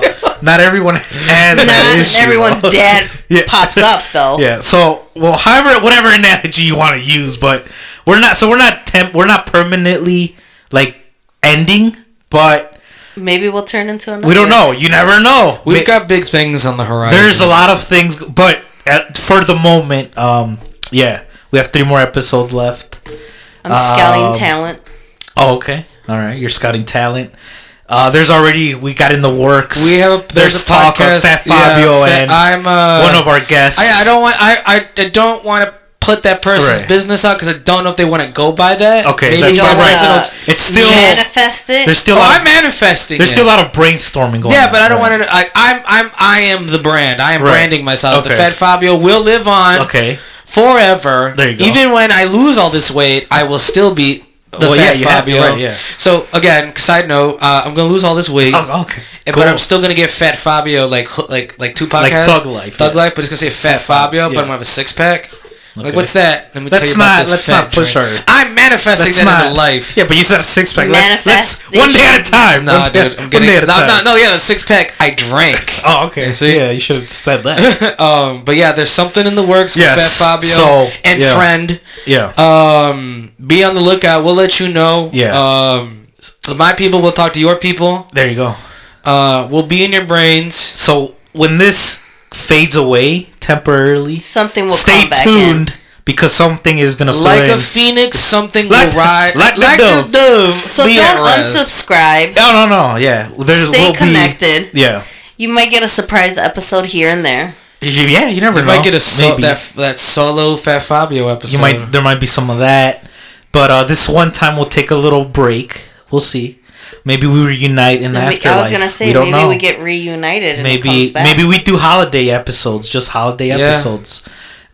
well, not everyone has that
Not
issue.
everyone's dad
Yeah.
pops up though.
Yeah. So, well, however, whatever analogy you want to use, but we're not. So we're not temp. We're not permanently like ending, but
Maybe we'll turn into another.
we don't know. You never know.
We've
Ma-
got big things on the horizon.
There's a lot of things, but at, for the moment, um, yeah, we have three more episodes left.
I'm scouting
Um,
talent.
Oh, okay. All right. You're scouting talent. Uh, there's already we got in the works.
we have a,
there's talk of Fat Fabio
Fat-
and
I'm uh,
one of our guests.
I, I don't want. I I, I don't want to put that person's
Right.
business out because I don't know if they want to go by that.
Okay,
maybe
that's
he'll have
fine.
his
Uh,
own-
It's still
Manifest it.
there's still a
Oh,
lot,
I'm manifesting.
there's
it.
still a lot of brainstorming going.
Yeah,
on,
but I don't
right?
want to. Like, I'm, I'm, I am the brand. I am
Right.
branding myself. The
Okay.
Fat Fabio will live on
Okay.
forever.
There you go.
Even when I lose all this weight, I will still be the
Well, yeah,
Fat
you have-
Fabio.
right, yeah.
So again, side note, uh, I'm gonna lose all this weight.
Oh, okay.
And-
Cool.
But I'm still gonna get Fat Fabio like ho- like like Tupac
Like
has.
Thug Life,
Thug
yeah.
Life, but it's gonna say Fat Fabio, but
yeah.
I'm gonna have a six pack. Like
Okay.
what's that? Let me
Let's
tell you about
not-
this
let's
fat
not push
drink.
our-
I'm manifesting
Let's
that
not
into life.
Yeah, but you said a six pack. Let, let's
Manifestation.
one day at a time.
Nah,
one day,
dude, I'm
one
getting
day at a
no,
time.
no, no, yeah, the six pack I drank.
Oh, okay.
see?
yeah, you should have said that.
um, but yeah, there's something in the works
Yes,
with Fat Fabio
so,
and
yeah.
friend.
yeah.
Um, be on the lookout. We'll let you know.
Yeah.
Um, so my people will talk to your people.
there you go.
Uh, we'll be in your brains.
So when this fades away temporarily.
Something will
Stay
come back
tuned because something is gonna flow
Like
in.
a phoenix, something
Like-
will rise.
like the dove.
dove.
in. So
be at
don't
rest.
unsubscribe.
no, no, no. Yeah, there's
Stay
will be-
connected.
yeah,
You might get a surprise episode here and there.
You- yeah. You never
You
know.
might get a so-
Maybe.
that that solo Fat Fabio episode.
you might there might be some of that but uh this one time we'll take a little break we'll see maybe we reunite in the
We-
afterlife
I was gonna say
we don't
maybe
know.
we get reunited. And maybe
maybe maybe we do holiday episodes just holiday
Yeah.
episodes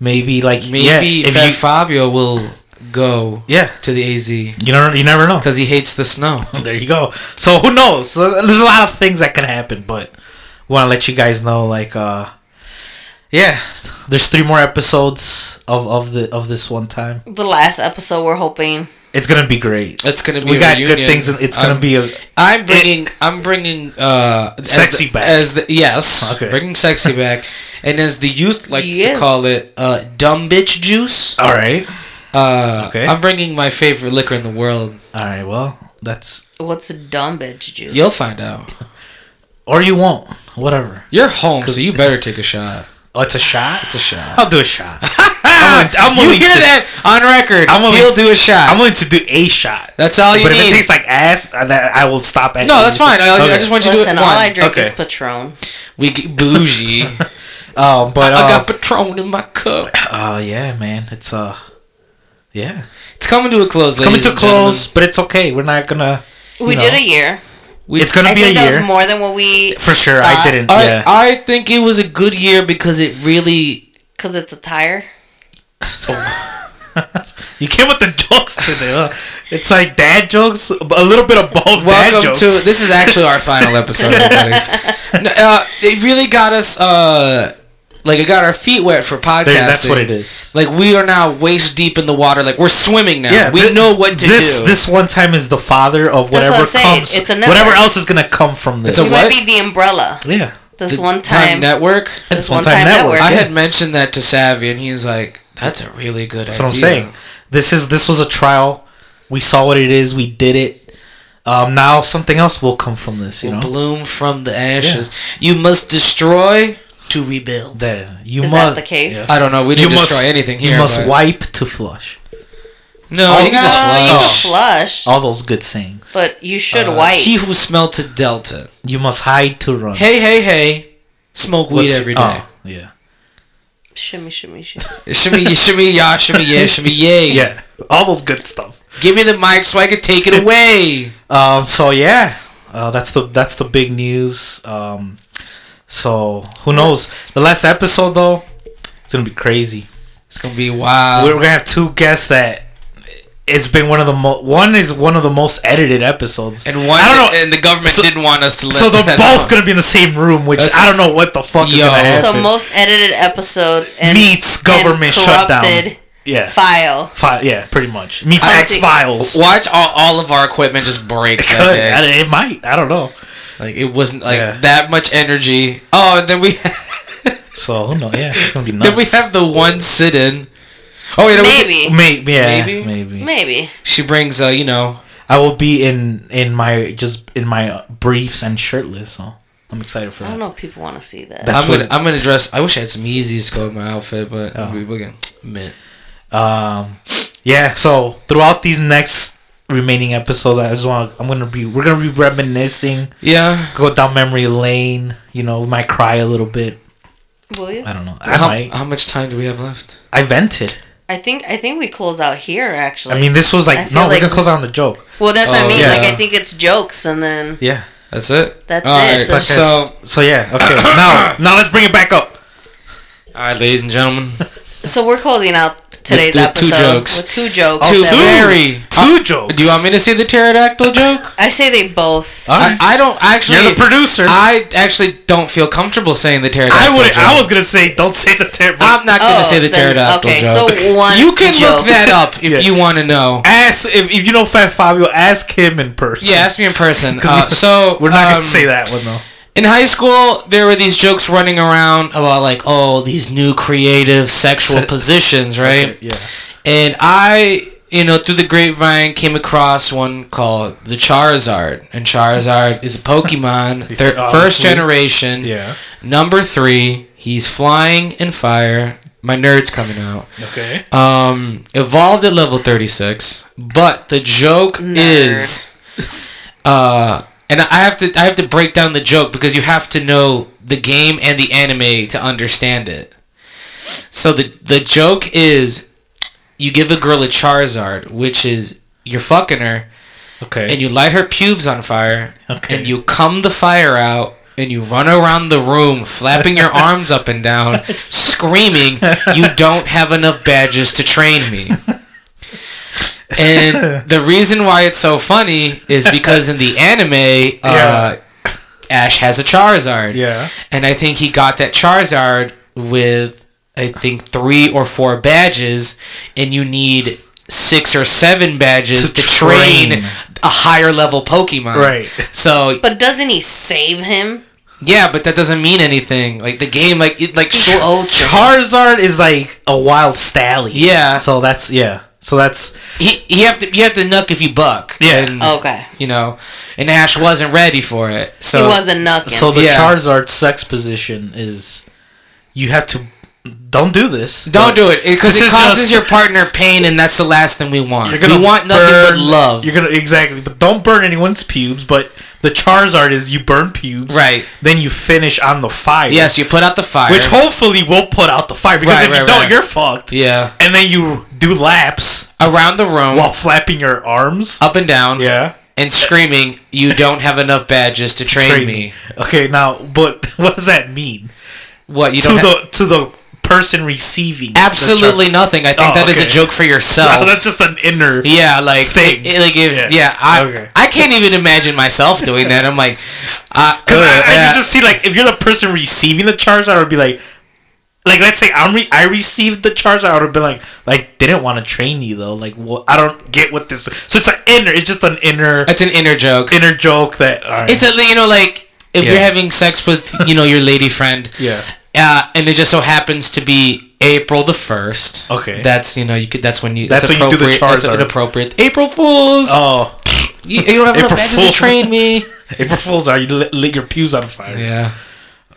maybe like yeah
Maybe
if
Fat
you,
Fabio will go
yeah
to the AZ
you never you never know
because he hates the snow.
there you go so who knows So there's a lot of things that can happen but want to let you guys know like uh yeah there's three more episodes of of the of this one time
the last episode we're hoping.
it's gonna be great
It's gonna be.
we
a
got good
reunion. Um,
things and it's gonna
I'm-
be a
I'm bringing. I'm bringing. Uh, as
Sexy
the-
back.
As the, yes,
Okay.
bringing sexy back, and as the youth likes
Yeah.
to call it, uh, dumb bitch juice.
All right.
Uh,
Okay.
I'm bringing my favorite liquor in the world.
All right. Well, that's
What's a dumb bitch juice?
You'll find out.
or you won't. Whatever.
You're home, so you better take a shot.
Oh, it's a shot.
It's a shot.
I'll do a shot. I'm, willing- I'm
you
willing
hear
to,
that on record?
I'm willing-
He'll do a shot.
I'm willing to do a shot.
that's all Oh, you
but
need.
if it tastes like ass, I, that- I will stop at.
no, that's fine. I, I
Okay.
just want you
Listen,
to do
all
it one.
I drink is
Okay.
Patron.
we get bougie.
Um, but uh,
I got Patron in my cup.
uh, yeah, man, it's uh, yeah,
It's coming to a close, ladies
coming to
and gentlemen.
close, but it's okay. We're not gonna.
We
No.
did a year.
We-
It's gonna
I
be a
think that
year
was more than what we
for sure. I
Uh,
didn't.
I,
yeah.
I think it was a good year because it really
because it's a tire.
you came with the jokes today. Huh? It's like dad jokes, a little bit of both dad
welcome
jokes.
to this is actually our final episode everybody No, uh, it really got us uh like it got our feet wet for podcasting
There, that's what it is.
like we are now waist deep in the water like we're swimming now we
thi-
know what to
this,
do
This one time is the father of
That's
whatever
what I'm saying.
comes.
It's a network.
whatever else is gonna come from this.
It's
You
a what?
might be the umbrella.
yeah.
This
The
one time,
network
This one time network.
i
yeah.
had mentioned that to savvy and he's like that's a really good
That's
idea
what I'm saying. This is this was a trial. We saw what it is. We did it. Um, now something else will come from this. You
Will
know
bloom from the ashes you must destroy to rebuild
that you
Is
must.
that the case?
i don't know we
You
didn't
must.
destroy anything here
you must
but-
wipe to flush.
no
Oh,
you can just
no, you
flush.
can flush,
All those good sayings.
but you should
Uh,
wipe.
He who smelled to Delta.
you must hide to run.
Hey, hey, hey. Smoke weed
What's-
every day.
oh, yeah.
shimmy, shimmy, shimmy.
Shimmy, y- shimmy, ya, shimmy, yeah, shimmy, yay.
oh. Yeah. All those good stuff.
Give me the mic so I can take it away.
Um, so yeah, uh, that's the that's the big news. Um, so who knows? The last episode though, it's gonna be crazy.
It's gonna be wild.
We're gonna have two guests that it's been one of the mo- one is one of the most edited episodes,
and one,
I don't know.
and the government
so-
didn't want us to.
so they're
let
both
them
gonna be in the same room, which
That's-
I don't know what the fuck is
Yo.
gonna
so
happen.
most edited episodes and
meets government shutdown.
corrupted
Yeah,
file.
Fi- yeah, pretty much meets
I-
X Files.
Watch all, all of our equipment just break
It
that
could.
day.
I- It might. I don't know.
Like it wasn't like
Yeah.
that much energy. Oh, and then we
So who knows? Yeah, it's gonna be nuts.
then we have the one sit-in. Oh, yeah,
Maybe,
maybe, yeah,
Maybe?
maybe.
maybe.
she brings uh, you know,
I will be in in my just in my briefs and shirtless. So I'm excited for
I
that.
don't know if people want to see that.
That's
I'm gonna
what- Oh.
I'm gonna dress. I wish I had some Yeezys to go with my outfit, but we we can mint.
Um, yeah. So throughout these next remaining episodes, I just want I'm gonna be we're gonna be reminiscing,
Yeah.
go down memory lane. You know, we might cry a little bit.
Will you?
I don't know. I might.
How, how much time do we have left?
I vented.
I think I think we close out here. Actually,
I mean, this was
I
like
feel
no.
like-
we're gonna close out on the joke.
well, that's what
Oh,
I mean. Like
yeah.
I think it's jokes, and then
Yeah.
That's it.
That's
All
it.
right,
So just-
so,
So yeah. Okay. now now let's bring it back up.
all right, ladies and gentlemen,
so we're closing out today's
with two
episode
jokes. Oh,
with two jokes.
Oh,
to
that-
Harry.
Two jokes.
Do you want me to say the pterodactyl joke?
I say they both.
All
I,
right.
I don't actually.
You're the producer. I,
I actually don't feel comfortable saying the pterodactyl.
would.
Joke.
I was gonna say don't say the terrible.
I'm not gonna
Oh,
say the
then-
pterodactyl
okay,
joke.
so one
you can
joke.
look that up if
Yeah.
you want to know.
ask if, if you know Fat Fabio, ask him in person.
Yeah, ask me in person.
'Cause
Uh, so
we're not
um,
gonna say that one though.
In high school, there were these jokes running around about like, oh, these new creative sexual positions, right?
Yeah,
And I you know, through the grapevine, came across one called the Charizard, and Charizard is a Pokemon, thir- first
Obviously.
generation,
Yeah.
number three. He's flying and fire. My nerd's coming out.
Okay.
Um, evolved at level 36, but the joke is, uh, and I have to I have to break down the joke because you have to know the game and the anime to understand it. So the the joke is, you give a girl a Charizard, which is you're fucking her,
Okay.
and you light her pubes on fire,
Okay.
and you cum the fire out. And you run around the room, flapping your arms up and down, screaming, "You don't have enough badges to train me." And the reason why it's so funny is because in the anime, uh, Ash has a Charizard.
yeah.
And I think he got that Charizard with, I think, three or four badges, and you need six or seven badges
To
to, train.
train.
a higher level Pokemon.
Right.
So,
But doesn't he save him?
yeah, but that doesn't mean anything. Like, the game, like, it, like, sh-
Oh,
Charizard is like a wild stallion.
Yeah.
So that's yeah. So that's
he, he have to, you have to nuck if you buck.
Yeah.
And,
Okay.
You know, and Ash wasn't ready for it. So,
he wasn't knucking.
so the
Yeah.
Charizard sex position is you have to don't do this.
Don't do it because
This
it
is
causes
just-
your partner pain, and that's the last thing we want.
You're gonna
we want nothing but
burn-
love.
You're gonna exactly, but don't burn anyone's pubes. But the Charizard is you burn pubes,
Right.
Then you finish on the fire.
Yes, you put out the fire.
which hopefully will put out the fire because
Right,
if
right,
you don't,
right.
you're fucked.
yeah,
And then you do laps
around the room,
while flapping your arms.
up and down,
Yeah.
and screaming, "You don't have enough badges to train,
Train
me."
Okay, now, but what does that mean
What you
to
don't? have-
the to the person receiving? the Char-
absolutely nothing. I think
Oh,
that is
okay.
a joke for yourself.
that's just an inner.
Yeah, like
Thing.
i- like if
Yeah.
yeah, I
Okay.
I can't even imagine myself doing that. I'm like, uh,
Because I, I
yeah.
can just see like if you're the person receiving the charge, I would be like, like let's say I'm re- I received the charge, I would have been like, like didn't want to train you though. Like, well, I don't get what this. So it's an inner. It's just an inner
that's an inner joke.
inner joke that. all right.
It's a you know like if
Yeah.
you're having sex with you know your lady friend,
yeah.
uh, and it just so happens to be April the first.
Okay.
That's you know you could that's when you
That's
it's
when you do the
appropriate- it's
Charizard.
inappropriate. April Fools.
Oh,
you, you don't have enough
April
badges
Fools.
to train me.
April Fools! Are you lit, lit your pews on fire?
yeah,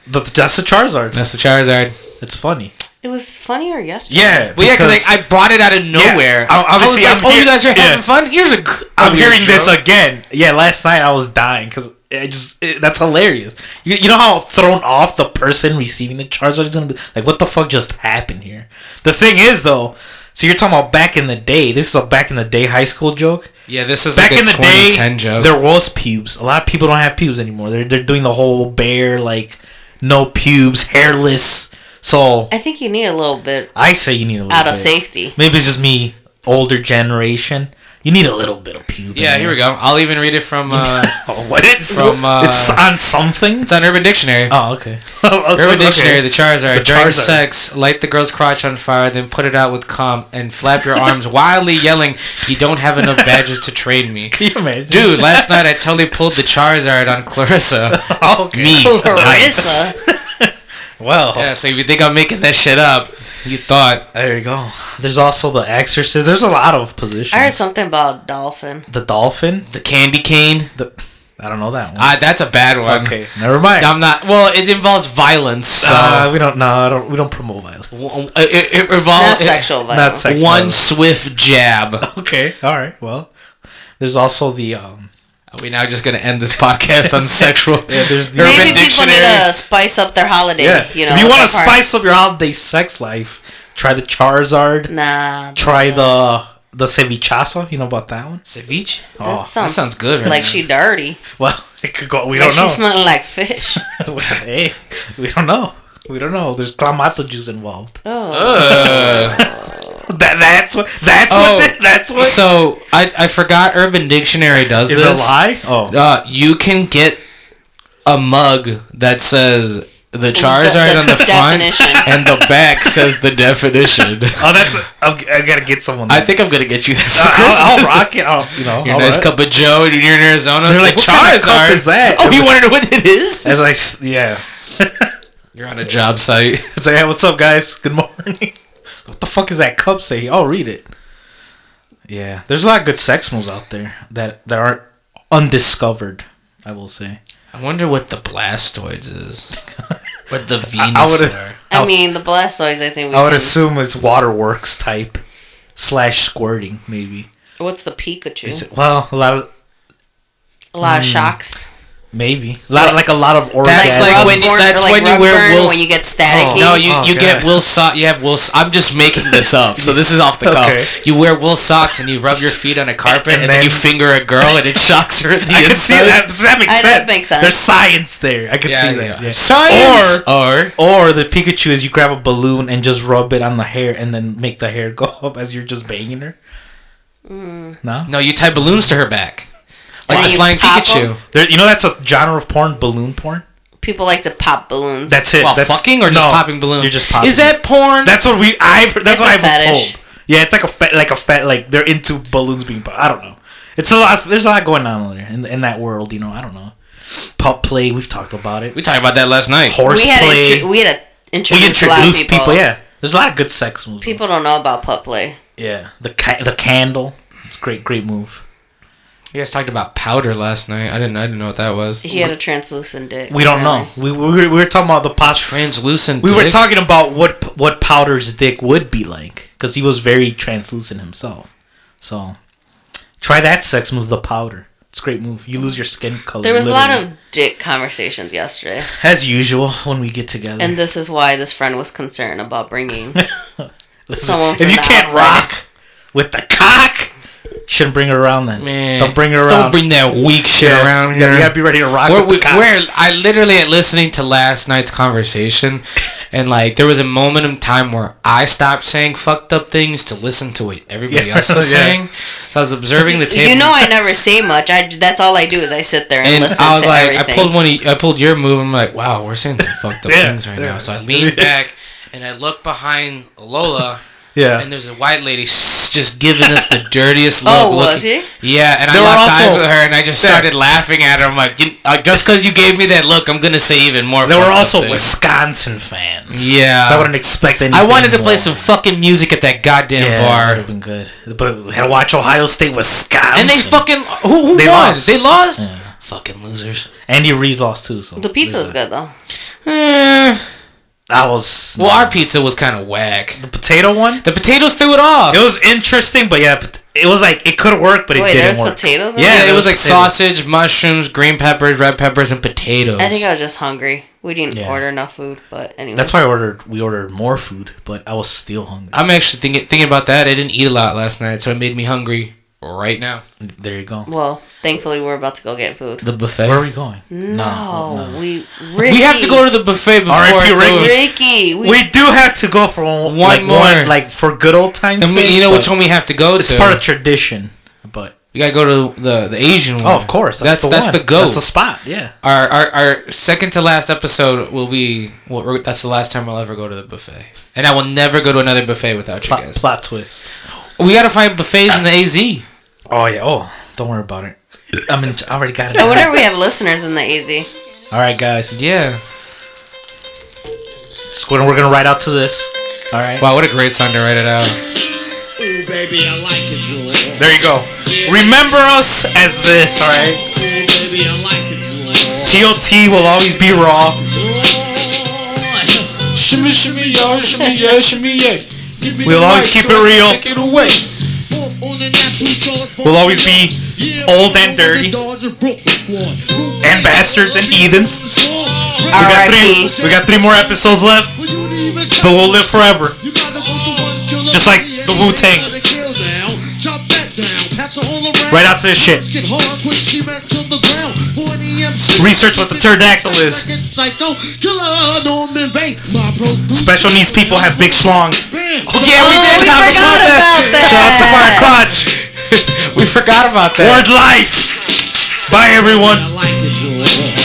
That- that's the Charizard.
that's the Charizard.
It's funny.
it was funnier yesterday.
Yeah,
Well, yeah, because like, I brought it out of nowhere.
I-
I, was
obviously,
like,
I'm
oh,
here-
you guys are having
yeah.
fun. Here's a. g- a
I'm
weird
hearing this
joke."
again. Yeah, last night I was dying because I just it, that's hilarious. You, you know how thrown off the person receiving the charge is gonna be like, what the fuck just happened here? The thing is though, so you're talking about back in the day. This is a back in the day high school joke.
Yeah, this is
uh, Back
like a
in the day,
2010 joke.
there was pubes. A lot of people don't have pubes anymore. They're they're doing the whole bare like no pubes, hairless. So
I think you need a little bit
I say you need a little
out of
bit.
safety.
Maybe it's just me, older generation. You need a little bit of pube.
Yeah, here we go. I'll even read it from uh,
Oh, what it's
From, uh,
it's on something.
it's on Urban Dictionary.
Oh, okay. Oh,
Urban
okay.
Dictionary: The Charizard.
The
During
Charizard.
sex, light the girl's crotch on fire, then put it out with cum and flap your arms wildly, yelling, "You don't have enough badges to train me."
Can you imagine?
Dude, last night I totally pulled the Charizard on Clarissa.
Oh, okay.
Me.
Clarissa.
Well,
Yeah, so if you think I'm making that shit up, you thought.
there you go. There's also the exorcist. There's a lot of positions.
I heard something about dolphin.
the dolphin.
The candy cane?
The I don't know that one.
Ah, that's a bad one.
okay, never mind.
I'm not. Well, it involves violence, so.
Uh, we don't. No, I don't. We don't promote violence.
w- it, it
Not
revolves.
sexual
Not
violence.
sex.
One
violence.
swift jab. Are
Okay. All right. Well, there's also the um.
we now just gonna end this podcast on sexual?
Yeah, there's the
Maybe
Urban
people need
Dictionary.
to spice up their holiday.
yeah.
You know,
if you
with
want to
their party.
spice up your holiday sex life, try the Charizard.
nah,
Try the the cevichazo. You know about that one?
Ceviche.
Oh,
that sounds,
sounds good right
like
now.
she dirty.
Well, it could go. We
Like
don't know.
she smelling like fish.
hey, we don't know. We don't know. There's clamato juice involved.
Oh,
Uh,
That that's what that's
Oh,
what that's what is
so I, I forgot Urban Dictionary does
a
this.
lie. Oh,
Uh, you can get a mug that says the Charizard
the
on the front
definition.
and the back says the definition.
oh, that's. I, I gotta get someone.
I
that.
think I'm gonna get you that for Christmas.
I'll, I'll rock it. I'll, you know,
Your
I'll
nice
rock-
cup of Joe, and you're in Arizona.
They're like, "What kind of cup
Charizard
is that?"
Oh, you want to know what it is?
As I s- yeah,
You're on a job site.
it's like hey, what's up, guys? Good morning. What the fuck is that cup say? I'll read it. Yeah, there's a lot of good sex moves out there that that aren't undiscovered. I will say.
I wonder what the Blastoids is. what the
I- I would've-
Venusaur.
I mean, the Blastoise. I think we.
I would
can-
assume it's waterworks type slash squirting maybe.
What's the Pikachu?
Is it, Hmm. well, a lot of
a lot of shocks.
maybe a lot like a lot of
That's
orgasms.
like
rug
when-
burn-
that's
or like
when you
rug
wear
burn,
Will's-
when you get staticky.
No, you,
Oh,
you get
God.
Will sock. You have Will. So- I'm just making this up, so this is off the cuff.
Okay.
You wear Will socks and you rub your feet on a carpet, and,
And
then,
then-
you finger a girl, and it shocks her. In the
I can see
inside.
that. That makes,
I- that
sense.
makes sense.
There's science there. I can
Yeah,
see that.
yeah.
yeah.
Science
Or
or
or the Pikachu is you grab a balloon and just rub it on the hair and then make the hair go up as you're just banging her.
Mm.
No,
no, you tie balloons to her back, like
And
the
you
flying
pop
Pikachu.
'em?
there, you know that's a genre of porn, balloon porn.
People like to pop balloons.
That's it.
While
that's,
fucking or just
no,
popping balloons.
You're just popping.
Is that porn?
That's what we. I. That's what
It's a
I was
fetish.
told. Yeah, it's like a fet, like a fet, like they're into balloons being. Popped. I don't know. It's a lot. There's a lot going on there in in that world. You know, I don't know. Pup play. We've talked about it.
we talked about that last night.
Horse
we had
play.
intro- we had to introduce,
we
a lot of
introduce
people.
people. Yeah, there's a lot of good sex moves.
People don't know about putt play.
Yeah, the ca- the candle. It's a great, great move.
You guys talked about powder last night. I didn't. I didn't know what that was.
He had a translucent dick.
We don't know. We, we, were, we were talking about the posture.
Translucent.
We were
dick?
talking about what what Powder's dick would be like because he was very translucent himself. So try that sex move, the powder. It's a great move. You lose your skin color.
There was a lot
literally.
of dick conversations yesterday,
as usual when we get together.
and this is why this friend was concerned about bringing.
Listen,
someone from
if you
the
can't
outside.
rock with the cock, shouldn't bring her around then.
Man,
Don't bring her around.
Don't bring that weak shit
Yeah,
around
you gotta-
here.
You gotta be ready to rock.
Where,
with the
we,
cock.
where I literally at listening to last night's conversation, and like there was a moment in time where I stopped saying fucked up things to listen to what everybody
Yeah,
else was
yeah.
saying. So I was observing the table.
you know, I never say much. I that's all I do is I sit there and,
and
listen
I was
to
like,
everything.
I pulled one. of- I pulled your move. I'm like, wow, we're saying some fucked up
Yeah,
things right
yeah.
now. So I leaned back and I looked behind Lola.
Yeah.
And there's a white lady s- just giving us the dirtiest look.
Oh, was
looking-
she?
Yeah, and I
There were
locked eyes
also-
with her, and I just started laughing at her. I'm like, you, uh, just because you gave me that look, I'm gonna say even more.
There were
fucked up
also
things."
Wisconsin fans.
Yeah.
So I wouldn't expect anything.
I wanted to
more.
play some fucking music at that goddamn
yeah, Would
bar,
have been good. But we had to watch Ohio State, Wisconsin.
and they fucking who, who
They
won?
lost.
They lost.
Yeah.
Fucking losers.
Andy Reid lost too. So
the pizza was
there's
good though.
Eh,
That was
well, our pizza was kind of whack.
the potato one.
The potatoes threw it off.
It was interesting, but yeah, pot- it was like it could work, but it
Wait,
didn't
there's
work.
potatoes. in
Yeah,
Yeah,
it?
it
there was
was like
potatoes.
sausage, mushrooms, green peppers, red peppers, and potatoes.
I think I was just hungry. We didn't
Yeah.
order enough food, but anyway.
That's why I ordered. We ordered more food, but I was still hungry.
I'm actually thinking thinking about that. I didn't eat a lot last night, so it made me hungry right now.
There you go.
well, thankfully we're about to go get food.
The buffet.
Where are we going?
No, we Ricky,
we have to go to the buffet before
R.I.P.
it's
Ricky.
over.
Ricky. We,
We do have to go for one,
One
like,
more.
one- like for good old times.
I mean, you know
sake,
which
but
one we have to go
It's
to.
part of tradition, but
we gotta go to the the Asian one.
oh, of course, that's the
that's
one.
the goat.
That's the spot. Yeah.
our, our our second to last episode will be. Well, we're- that's the last time I'll ever go to the buffet, and I will never go to another buffet without you
Plot,
guys.
plot twist.
We gotta find buffets in the AZ.
Oh yeah. Oh, don't worry about it. I mean, I already got it.
I wonder if we have listeners in the AZ.
All right, guys.
Yeah.
Squid, we're gonna ride out to this. All right.
Wow, what a great song to write it out.
Ooh, baby, I like it raw.
There you go. Remember us as this. All right.
Ooh, baby, I like it raw.
TOT will always be raw.
Raw.
Shimmy, shimmy, yo, shimmy, yeah, shimmy, yeah.
Give me
We'll
the
always
mic,
keep
so
it
I
real.
can take it away. Off on the natural charge,
We'll always be
Yeah,
old
we
and
go with
dirty.
the Dodger Brooklyn squad. Ooh,
And
baby,
bastards and
I'll be
heathens.
on the squad.
We got
R.I.P.
three. We got three more episodes left,
Well, you didn't even
but
count.
we'll live forever.
You gotta go to one killer.
Just like
three,
the
and you
Wu-Tang.
gotta kill down. Drop that down. Pass it all around.
Right out to this shit.
Let's Get hard, quick, C-Mac to the ground. E Boy, the MC.
Research what the pterodactyl is.
Psycho, killer, Norman Bates, my producer.
Special needs people have big schlongs.
Bam.
Oh yeah, we
Oh,
did talk
we
about that. Shout out
forgot about that.
to Fire Crotch.
We forgot about that.
Word life. Bye everyone.
I like it raw.